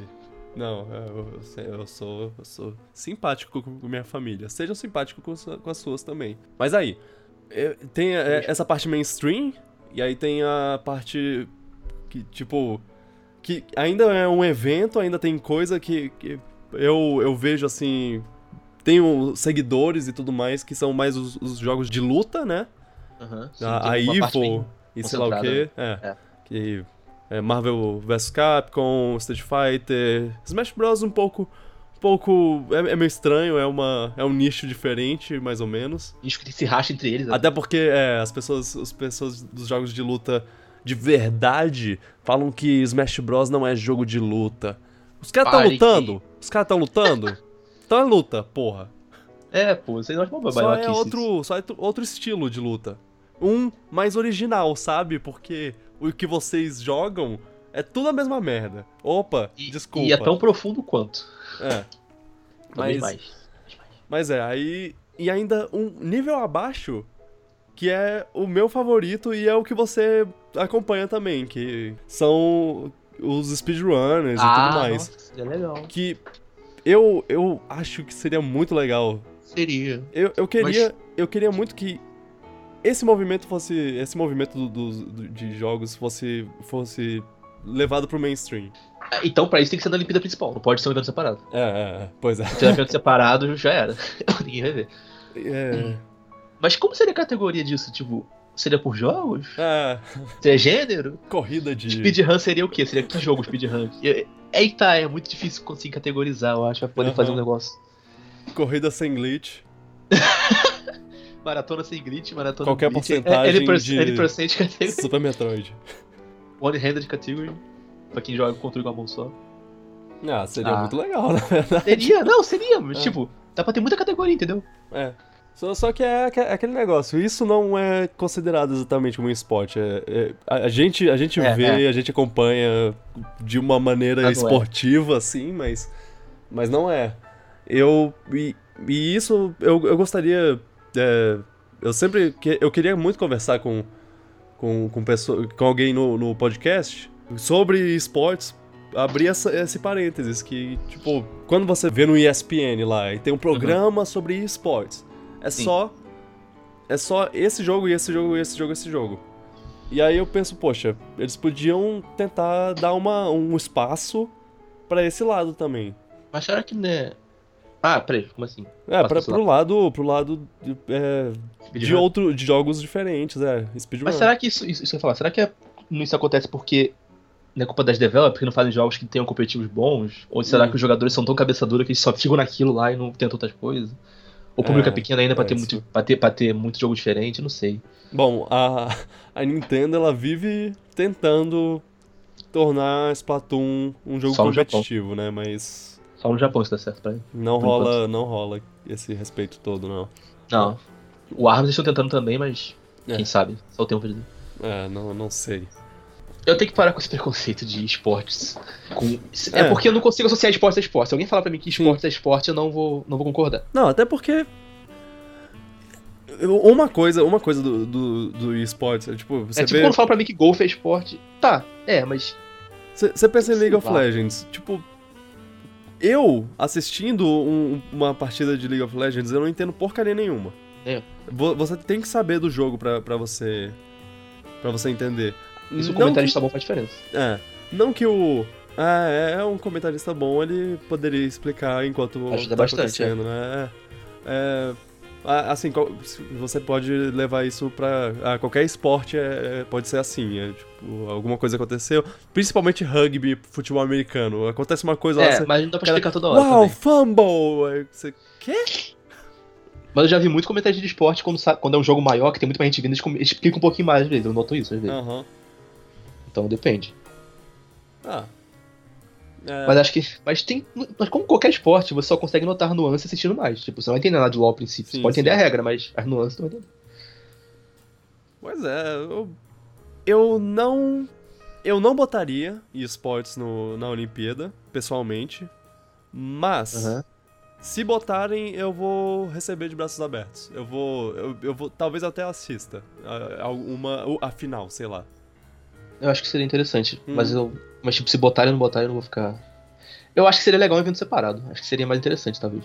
Não, é, eu, eu sei- eu sou, eu sou simpático com minha família. Sejam simpáticos com, sua- com as suas também. Mas aí, é, tem é, essa parte mainstream, e aí tem a parte que, tipo, que ainda é um evento, ainda tem coisa que, que eu, eu vejo assim. Tenho seguidores e tudo mais que são mais os, os jogos de luta, né?
Aham. sim,
a a
tem uma parte
Ivo
bem-
e sei lá o
concentrada,
quê. É.
É.
Que é Marvel vs Capcom, Street Fighter. Smash Bros. um pouco. Um pouco. É, é meio estranho, é, uma, é um nicho diferente, mais ou menos.
Isso que se racha entre eles. né?
Até porque é, as pessoas, as pessoas dos jogos de luta de verdade falam que Smash Bros não é jogo de luta. Os caras estão
Pare que-
lutando. Os caras estão lutando. então é luta, porra.
É, pô, isso aí nós vamos
Só
trabalhar
é
aqui.
outro, só é tu- outro estilo de luta. Um mais original, sabe? Porque o que vocês jogam é tudo a mesma merda. Opa,
E-
desculpa.
E é tão profundo quanto.
É. Mas-
Talvez mais.
Mas é, aí. E ainda um nível abaixo, que é o meu favorito e é o que você acompanha também, que são os speedrunners e tudo mais.
Ah, Nossa, seria legal.
Que eu, eu acho que seria muito legal.
Seria.
Eu, eu queria. Eu queria muito que esse movimento fosse. Esse movimento do- do- do- de jogos fosse. fosse levado pro mainstream.
Ah, Então, pra isso tem que ser na Olimpíada principal, não pode ser um evento separado.
É, é, é, pois é.
Se tiver um evento separado, já era. Ninguém vai ver.
É.
Mas como seria a categoria disso? Tipo, Seria por jogos?
Ah,
Seria gênero?
corrida de.
Speedrun seria o quê? Seria que jogo speedrun? E- Eita, é muito difícil conseguir categorizar, eu acho, pra poder
Aham.
fazer um negócio.
Corrida sem glitch.
Maratona sem glitch, maratona
Qualquer
com glitch.
porcentagem
Any, per-
de-
any percent category.
Super Metroid.
One-handed category. Pra quem joga com o controle com a mão só.
Ah, seria
Ah.
muito legal, na verdade.
Seria, não, seria, mas
É.
tipo, dá pra ter muita categoria, entendeu?
É. Só, só que é aque- é aquele negócio, isso não é considerado exatamente como um esporte. é- é- a, a gente, a gente
É,
vê, a gente acompanha de uma maneira
Mas não é.
esportiva, assim, mas, mas não é. Eu. E, e isso eu, eu gostaria. é, eu sempre. Que, eu queria muito conversar com, com, com, pessoa, com alguém no, no podcast sobre esportes. Abrir essa- esse parênteses que, tipo, quando você vê no ESPN lá e tem um programa sobre esportes, é
Sim.
só. É só esse jogo e esse jogo e esse jogo e esse jogo. E aí eu penso, poxa, eles podiam tentar dar uma, um espaço pra esse lado também.
Mas será que, né... Ah, peraí, como assim?
É,
Espaço
pra,
desse
pro lado, pro lado de, é, de
Speedrun?
outro, de jogos diferentes, é, speedrun.
Mas será que isso, isso, isso que eu ia falar, será que é- isso acontece porque não é culpa das developers que não fazem jogos que tenham competitivos bons? Ou será
Hum.
que os jogadores são tão cabeça dura que eles só ficam naquilo lá e não tentam outras coisas? O público
É,
é, pequeno ainda pra,
é
ter
isso.
muito, pra, ter, pra ter muito jogo diferente, não sei.
Bom, a, a Nintendo, ela vive tentando tornar Splatoon um jogo
Só no Japão.
competitivo, né, mas...
Só no Japão isso dá certo pra ele.
Não
Por
rola, não rola esse respeito todo, não.
Não. O Arms eles estão tentando também, mas
É.
quem sabe? Só o tempo de...
É, não, não sei.
Eu tenho que parar com esse preconceito de esportes. com- É,
É.
porque eu não consigo associar esportes a esporte. Se alguém falar pra mim que esportes é esporte, eu não vou, não vou concordar.
Não, até porque. eu- Uma coisa, uma coisa do, do, do esportes, é tipo, você
é tipo
vê.
quando fala pra mim que golfe é esporte. Tá, é, mas
Você você pensa em League of
Sei lá.
Legends, tipo. Eu assistindo um- uma partida de League of Legends, eu não entendo porcaria nenhuma.
É.
Vo- Você tem que saber do jogo pra, pra você. para você entender.
Isso
não
o
que,
comentarista bom faz diferença.
é, não que o. Ah, é um comentarista bom, ele poderia explicar enquanto tá
Ajuda bastante,
acontecendo, né? É. É, a- assim, qual- se- você pode levar isso pra. ah, qualquer esporte é- é- pode ser assim. é, tipo, alguma coisa aconteceu. Principalmente rugby, futebol americano. Acontece uma coisa lá.
É,
Você,
mas não dá pra
cara-
explicar toda hora.
Uau,
também.
fumble! Aí Você, Quê?
Mas eu já vi muito comentarista de esporte quando, sa- quando é um jogo maior, que tem muito mais gente vindo, eles com- eles explicam um pouquinho mais às vezes. Eu noto isso às vezes.
Aham.
Então depende.
Ah. É,
Mas acho que. Mas tem. Mas como qualquer esporte, você só consegue notar nuances assistindo mais. Tipo, você não vai entender nada de LOL a princípio.
Sim,
você pode entender
sim.
a regra, mas as nuances não vai entender.
Pois é, eu, eu não. Eu não botaria esportes no, na Olimpíada, pessoalmente. Mas,
Aham.
se botarem, eu vou receber de braços abertos. Eu vou. Eu, eu vou talvez até assista. A, a, uma, a final, sei lá.
Eu acho que seria interessante.
Hum.
Mas eu. Mas tipo, se botarem ou não botarem, eu não vou ficar. Eu acho que seria legal um evento separado. Acho que seria mais interessante, talvez.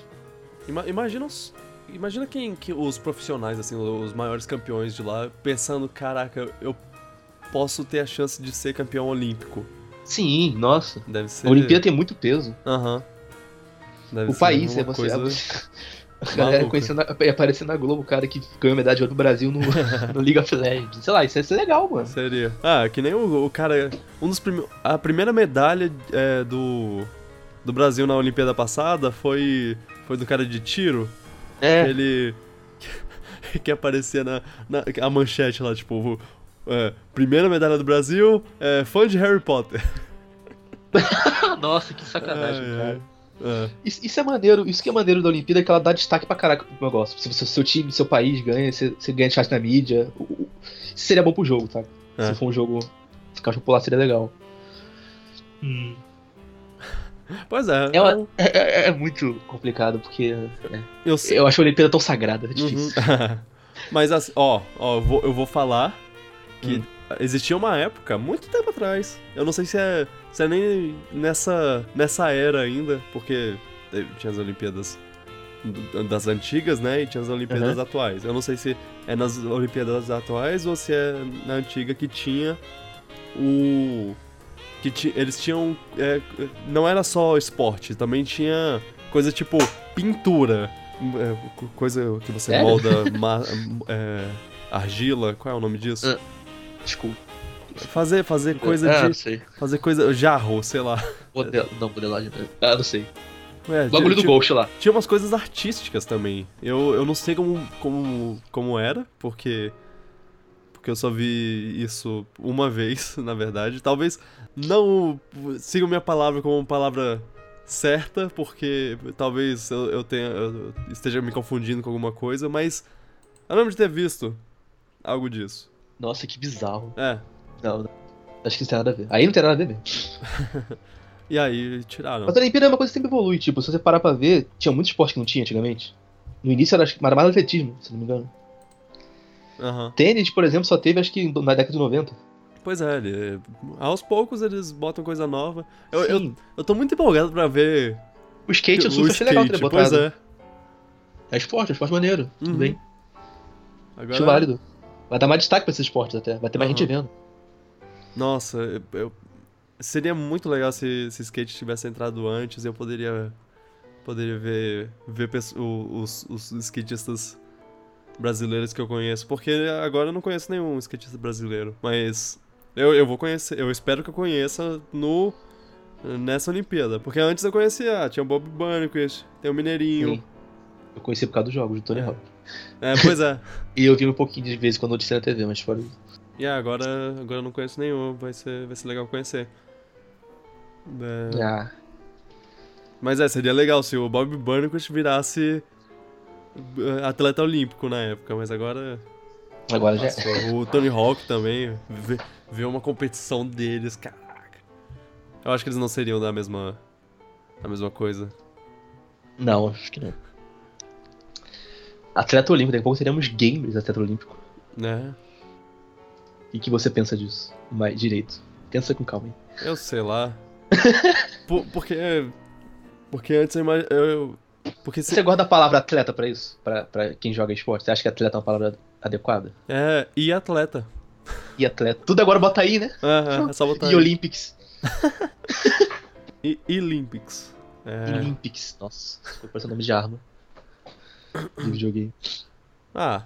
Ima- imagina os. Imagina quem que os profissionais, assim, os maiores campeões de lá, pensando, caraca, eu posso ter a chance de ser campeão olímpico.
Sim, nossa.
Deve ser.
A Olimpíada tem muito peso.
Aham. Deve
O
ser
país
uma
é você.
coisa-
é você. A galera
maluca.
conhecendo, aparecendo na Globo, o cara que ganhou medalha de ouro no Brasil no, no League of Legends. Sei lá, isso ia ser legal, mano.
Seria. Ah, que nem o, o cara. Um dos prime... A primeira medalha é, do. do Brasil na Olimpíada passada foi. Foi do cara de tiro.
É,
Ele. que aparecia na, na- A manchete lá, tipo. o- é, primeira medalha do Brasil, é, fã de Harry Potter.
Ah, nossa, que sacanagem,
Ai,
cara.
ai.
Isso, isso é maneiro, isso que é maneiro da Olimpíada é que ela dá destaque pra caraca pro negócio. Se o seu, seu time, seu país ganha, você, você ganha destaque na mídia. O- o- Isso seria bom pro jogo, tá?
É.
Se for um jogo ficar popular, seria legal. Hum.
É. Pois é.
É,
eu-
uma- é- é- é muito complicado, porque é,
eu sei.
eu acho a Olimpíada tão sagrada, é difícil.
Uhum. Mas assim, ó, ó eu, vou, eu vou falar que
Hum.
existia uma época, muito tempo atrás. Eu não sei se é, se é nem nessa, nessa era ainda, porque teve- tinha as Olimpíadas d- das antigas, né? E tinha as Olimpíadas
Uhum.
atuais. Eu não sei se é nas Olimpíadas atuais ou se é na antiga que tinha o. Que ti- eles tinham. é, não era só esporte, também tinha coisa tipo pintura. É, co- coisa que você
Sério?
molda ma- é, argila, qual é o nome disso?
Ah. Desculpa.
Fazer, fazer coisa
ah, não
de.
sei.
Fazer coisa. Jarro, sei lá.
Model... Não, modelagem. né? Tipo- Ah, não sei.
Ué,
Bagulho
ti-
do
ti-
Ghost lá.
Tinha umas coisas artísticas também. Eu, eu não sei como, como, como era, porque. Porque eu só vi isso uma vez, na verdade. Talvez não siga minha palavra como uma palavra certa, porque talvez eu, eu tenha. eu esteja me confundindo com alguma coisa, mas. Eu lembro de ter visto algo disso.
Nossa, que bizarro.
É.
Não, não. Acho que isso tem nada a ver. Aí não tem nada a ver mesmo.
E aí tiraram.
Mas a Olimpíada é uma coisa que sempre evolui. Tipo, se você parar pra ver, tinha muito esporte que não tinha antigamente. No início era, acho que- era mais atletismo, se não me engano.
Aham.
Tênis, por exemplo, só teve acho que na década de 90.
Pois é, ele- aos poucos eles botam coisa nova. Eu, eu,
Sim.
eu tô muito empolgado pra ver
O skate, o surf,
o
eu achei legal ter
skate. Pois
botado.
é.
É esporte, é esporte maneiro. Tudo
Uhum.
bem.
Agora,
Acho válido. Vai dar mais destaque pra esses esportes até. Vai ter mais
Aham.
gente vendo.
Nossa, eu- eu- seria muito legal se, se skate tivesse entrado antes eu poderia poderia ver, ver pesso- o- os, os skatistas brasileiros que eu conheço, porque agora eu não conheço nenhum skatista brasileiro, mas eu, eu vou conhecer, eu espero que eu conheça no nessa Olimpíada, porque antes eu conhecia, ah, tinha o Bob Burnquist, tem o Mineirinho.
Sim. Eu conheci por causa dos jogos do Tony
É.
Hawk.
É, pois é.
E eu vi um pouquinho de vezes quando eu disse na TV, mas fora isso.
E ah, agora, agora eu não conheço nenhum, vai ser, vai ser legal conhecer. É,
Ah,
Mas é, seria legal se o Bob Burnquist virasse eh, atleta olímpico na época, mas agora.
agora já. é.
Nossa, o Tony Hawk também vê, vê uma competição deles, caraca. Eu acho que eles não seriam da mesma. da mesma coisa.
Não, acho que não. Atleta olímpico, daqui a pouco teremos gamers atleta olímpico.
Né?
E que você pensa disso? Mas direito. Pensa com calma aí.
Eu sei lá. Por- porque. Porque antes eu imagino. Eu, porque se,
Você guarda a palavra atleta pra isso? Pra, pra quem joga esporte? Você acha que atleta é uma palavra adequada?
É, e atleta.
E atleta. Tudo agora bota aí, né?
É, é, é só botar.
E Olympics.
E Olympics. É.
Olympics. Nossa, ficou parecendo nome de arma. De videogame.
Ah.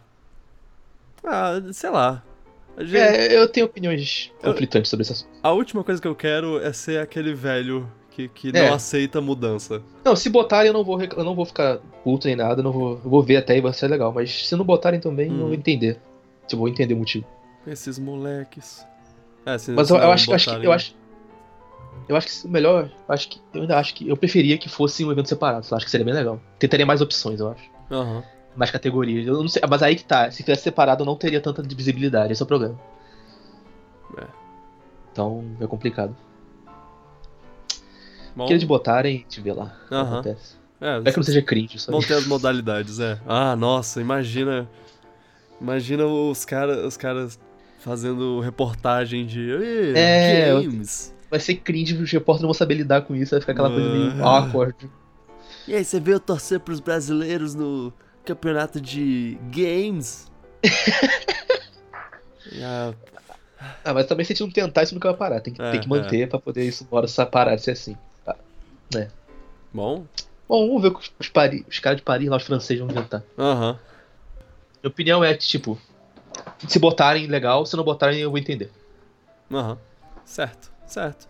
Ah, sei lá. A gente-
É, eu tenho opiniões conflitantes sobre esse assunto.
A última coisa que eu quero é ser aquele velho que, que
É.
não aceita mudança.
Não, se botarem eu não vou, rec- eu não vou ficar puto nem nada, eu não vou, eu vou ver até e vai ser legal. Mas se não botarem também, eu
Uhum.
vou entender. Tipo, Eu vou entender o motivo.
Esses moleques. É, se-
Mas
se
eu, eu
não
acho, eu acho que
botarem-
eu acho, eu acho que se- o melhor, eu acho que eu ainda acho que eu preferia que fosse um evento separado. Eu acho que seria bem legal. Tentaria mais opções, eu acho,
Aham.
mais categorias. Eu não sei, mas aí que tá. Se fizesse separado, eu não teria tanta visibilidade. Esse é o problema.
É.
Então é complicado.
Bom,
Que eles botarem, a gente vê lá. o que
Aham.
Acontece.
é,
Não é que não seja cringe, só.
vão ter as modalidades, é. Ah, nossa, imagina. Imagina os caras os caras fazendo reportagem de. "Ih,
É, eu-
games.
Vai ser cringe, os repórteres não vão saber lidar com isso, vai ficar aquela coisa meio
Ah.
awkward.
E aí, você veio torcer pros brasileiros no campeonato de games? E a-
Ah, mas também se a gente não tentar, isso nunca vai parar. Tem que,
É,
tem que manter pra poder isso uma hora sa- parar de ser assim.
Bom?
Bom, vamos ver o que os, Pari- os caras de Paris lá, os franceses, vão inventar.
Aham.
Minha opinião é que, tipo, se botarem, legal, se não botarem, eu vou entender.
Aham. Certo, certo.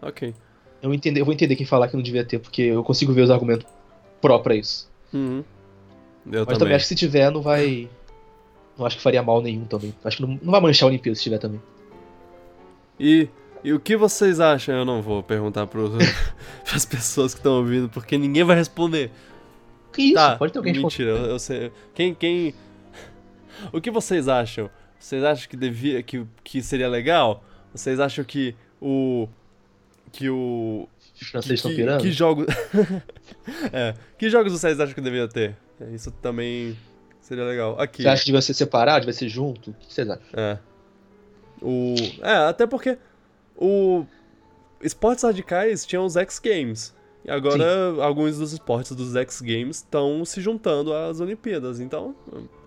Ok.
Eu, vou entender. eu vou entender quem falar que não devia ter, porque eu consigo ver os argumentos pró pra isso.
Uhum. Eu
mas
também.
também acho que se tiver, não vai. Não acho que faria mal nenhum também. Acho que não, não vai manchar a Olimpíada se tiver também.
E, e o que vocês acham? Eu não vou perguntar pro, pras pessoas que estão ouvindo, porque ninguém vai responder.
Que isso?
tá,
Pode ter alguém
mentira, eu, eu sei. Quem, quem... O que vocês acham? Vocês acham que devia, que, que seria legal? Vocês acham que o... Que o...
Os franceses estão
que,
pirando?
que jogos... é, que jogos vocês acham que devia ter? É, Isso também seria legal. Aqui.
Você acha que devia ser separado, devia ser junto? O que vocês acham?
É. O... É, até porque o esportes radicais tinham os X Games. E agora alguns dos esportes dos X Games estão se juntando às Olimpíadas. Então,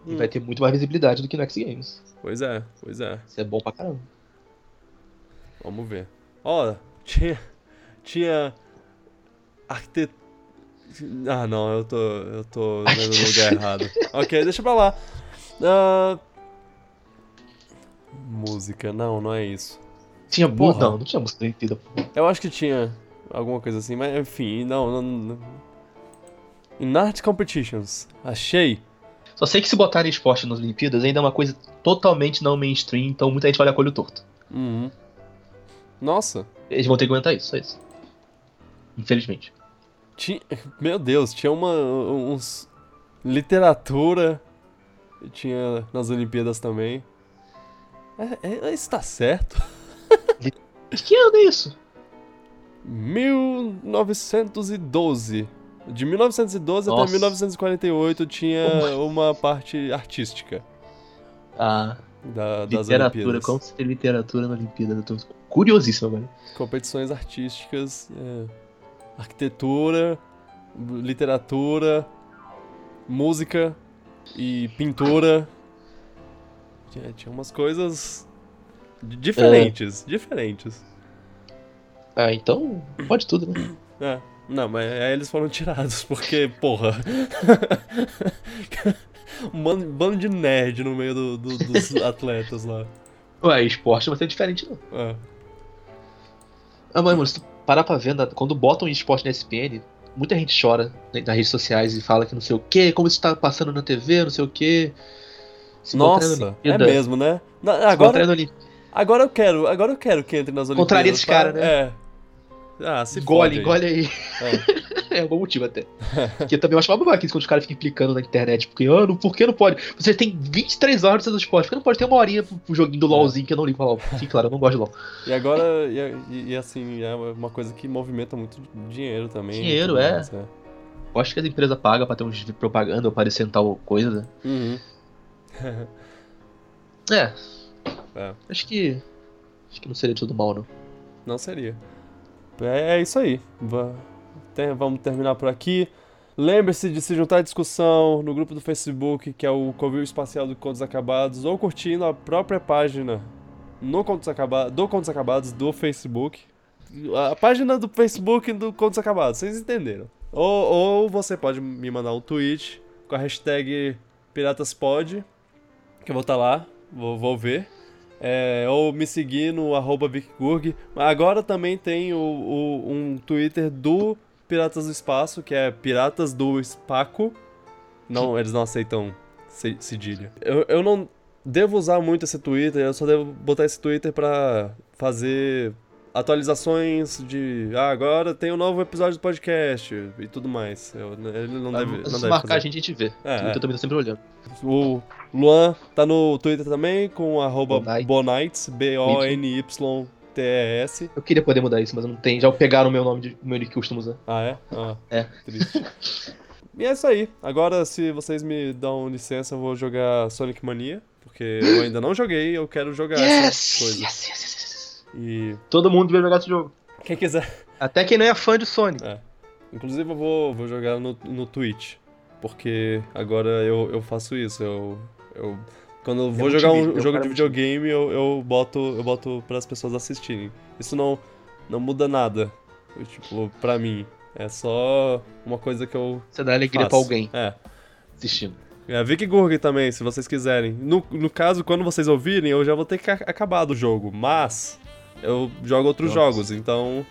E
Hum.
vai ter muito mais visibilidade do que no X Games.
pois é, pois é.
Isso é bom pra caramba.
Vamos ver. Ó, tinha tinha arquite... Ah, não, eu tô eu tô vendo no lugar errado. OK, deixa pra lá. Ah, música. Não, não é isso.
Tinha porra. Não, não tinha música derretida, porra.
Eu acho que tinha alguma coisa assim, mas enfim, não, não, não. In Art Competitions, achei.
Só sei que se botarem esporte nas Olimpíadas ainda é uma coisa totalmente não mainstream, então muita gente vai olhar com o olho torto.
Uhum. Nossa.
Eles vão ter que aguentar isso, só isso. Infelizmente.
Tinha, meu Deus, tinha uma. uns. literatura. Tinha nas Olimpíadas também. É, é, isso tá certo.
De que ano é isso?
1912. De 1912 Nossa. até 1948 tinha oh, uma parte artística.
Ah.
Da, das
literatura,
Olimpíadas.
como se tem literatura na Olimpíada? Eu tô curiosíssimo agora.
Competições artísticas, é, arquitetura, literatura, música e pintura. Tinha, tinha umas coisas diferentes, é. diferentes.
Ah, então pode tudo, né?
É, não, mas aí eles foram tirados, porque, porra. um bando, bando de nerd no meio do, do, dos atletas lá.
Ué, esporte não vai ser diferente, não.
É.
Ah, mas, mano, se tu parar pra ver, quando botam esporte na SPN, muita gente chora né, nas redes sociais e fala que não sei o que, como isso tá passando na TV, não sei o que.
Nossa, é mesmo, né? Na,
se
agora, agora eu quero, agora eu quero que entre nas Olimpíadas.
Contraria esse cara, né?
É. Ah, se fode
Engole, engole aí. É. é um bom motivo até. Porque eu também acho uma babaquice quando os caras ficam implicando na internet. Porque, ah, não, por que não pode? Você tem 23 horas de do esporte, por que não pode ter uma horinha pro, pro
É.
joguinho do LOLzinho que eu não ligo pra LOL? Sim, claro, eu não gosto de LOL.
E agora, e, e assim, é uma coisa que movimenta muito dinheiro também.
Dinheiro, é. Mais, é.
né?
Eu acho que as empresas pagam pra ter uns de propaganda ou parecendo tal coisa. né?
Uhum.
é.
é.
Acho que. Acho que não seria tudo mal, não.
Não seria. É, isso aí. vamos terminar por aqui. Lembre-se de se juntar à discussão no grupo do Facebook, que é o Covil Espacial do Contos Acabados, ou curtindo a própria página no Contos Acaba do Contos Acabados do Facebook. A página do Facebook do Contos Acabados, vocês entenderam. Ou, ou você pode me mandar um tweet com a hashtag PiratasPod, que eu vou estar tá lá, vou, vou ver. É, ou me seguir no arroba VicGurg. Agora também tem o, o, um Twitter do Piratas do Espaço, que é Piratas do Espaco. Não, eles não aceitam cedilha. Eu, eu não devo usar muito esse Twitter, eu só devo botar esse Twitter pra fazer atualizações de. Ah, agora tem um novo episódio do podcast e tudo mais. Eu, ele não ah, deve. Não
se
deve
marcar,
fazer.
a gente, a gente vê.
É,
eu
é.
também tô sempre olhando.
O Luan tá no Twitter também com arroba Bonites,
Bonites.
B-O-N-Y-T-E-S.
Eu queria poder mudar isso, mas não tem. Já pegaram o meu nome, de, o meu nick que eu costumo usar.
Ah, é? Ah,
É.
triste. e é isso aí. Agora, se vocês me dão licença, eu vou jogar Sonic Mania, porque eu ainda não joguei, eu quero jogar
Yes!
essa coisa.
Yes, yes, yes, yes.
E
Todo mundo vai jogar esse jogo.
quem quiser.
Até quem não é fã de Sonic.
É. Inclusive, eu vou, vou jogar no, no Twitch, porque agora eu, eu faço isso. Eu, eu, quando eu vou jogar
motivo,
um
eu
jogo
quero
de videogame, eu, eu boto, eu boto para as pessoas assistirem. Isso não, não muda nada. Eu, tipo, pra mim. É só uma coisa que eu.
Você dá alegria
faço.
pra alguém
É.
assistindo.
É, Vic Gurg também, se vocês quiserem. No, no caso, quando vocês ouvirem, eu já vou ter que a- acabado o jogo, mas eu jogo outros
Nossa.
jogos, então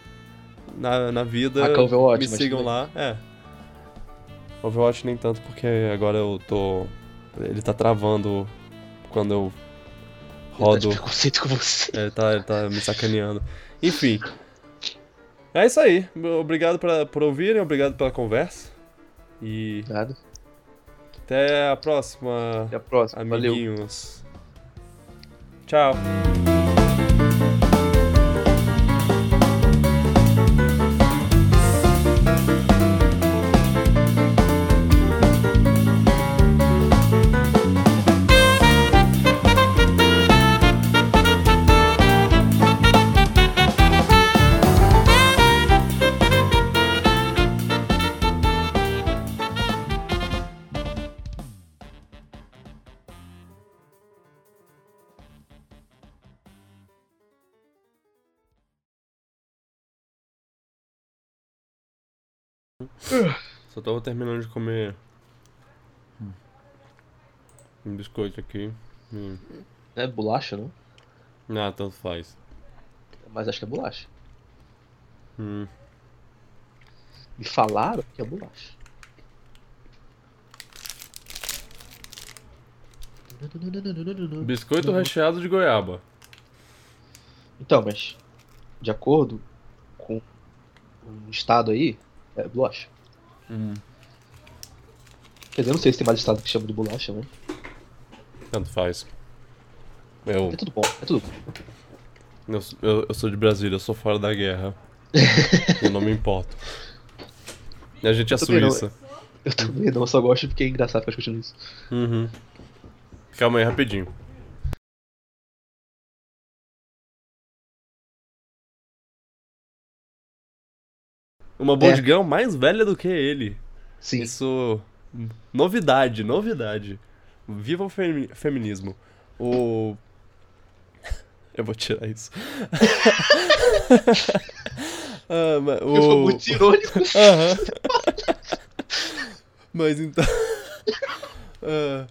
na, na vida
Hack Overwatch,
me
mas
sigam
tudo
lá. É. Overwatch nem tanto, porque agora eu tô... Ele tá travando quando eu
Tá de
rodo.
preconceito com você.
É, tá, ele tá me sacaneando. Enfim. É isso aí. Obrigado pra, por ouvirem, obrigado pela conversa. E
Nada.
até a próxima
Até a próxima. Valeu.
amiguinhos. Tchau. Só tava terminando de comer um biscoito aqui. Hum.
É bolacha, não?
Ah, tanto faz.
Mas acho que é bolacha.
Hum.
Me falaram que é bolacha.
Biscoito
Uhum.
recheado de goiaba.
Então, mas de acordo com um estado aí, é bolacha.
Uhum.
Quer dizer, eu não sei se tem mais estado que chama de bolacha, né?
Tanto faz. Eu,
É tudo bom, é tudo bom.
eu, eu- eu sou de Brasília, eu sou fora da guerra. eu não me importo. E a gente é
Eu também não.
Suíça.
Eu também não, eu só gosto porque é engraçado ficar discutindo isso.
Uhum. Calma aí, rapidinho. Uma bodigão mais velha do que ele.
É. Sim.
Isso. Novidade, novidade. Viva o femi- feminismo. O. Eu vou tirar isso. ah, mas o...
Eu sou muito irônico.
Aham. Mas então. Ah.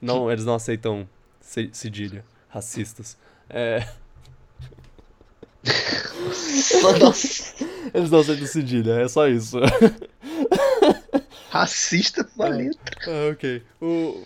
Não, eles não aceitam ce- cedilha. Racistas. É, eles não aceitam cedilha, é só isso.
Racista, planeta.
Ah, ok. O,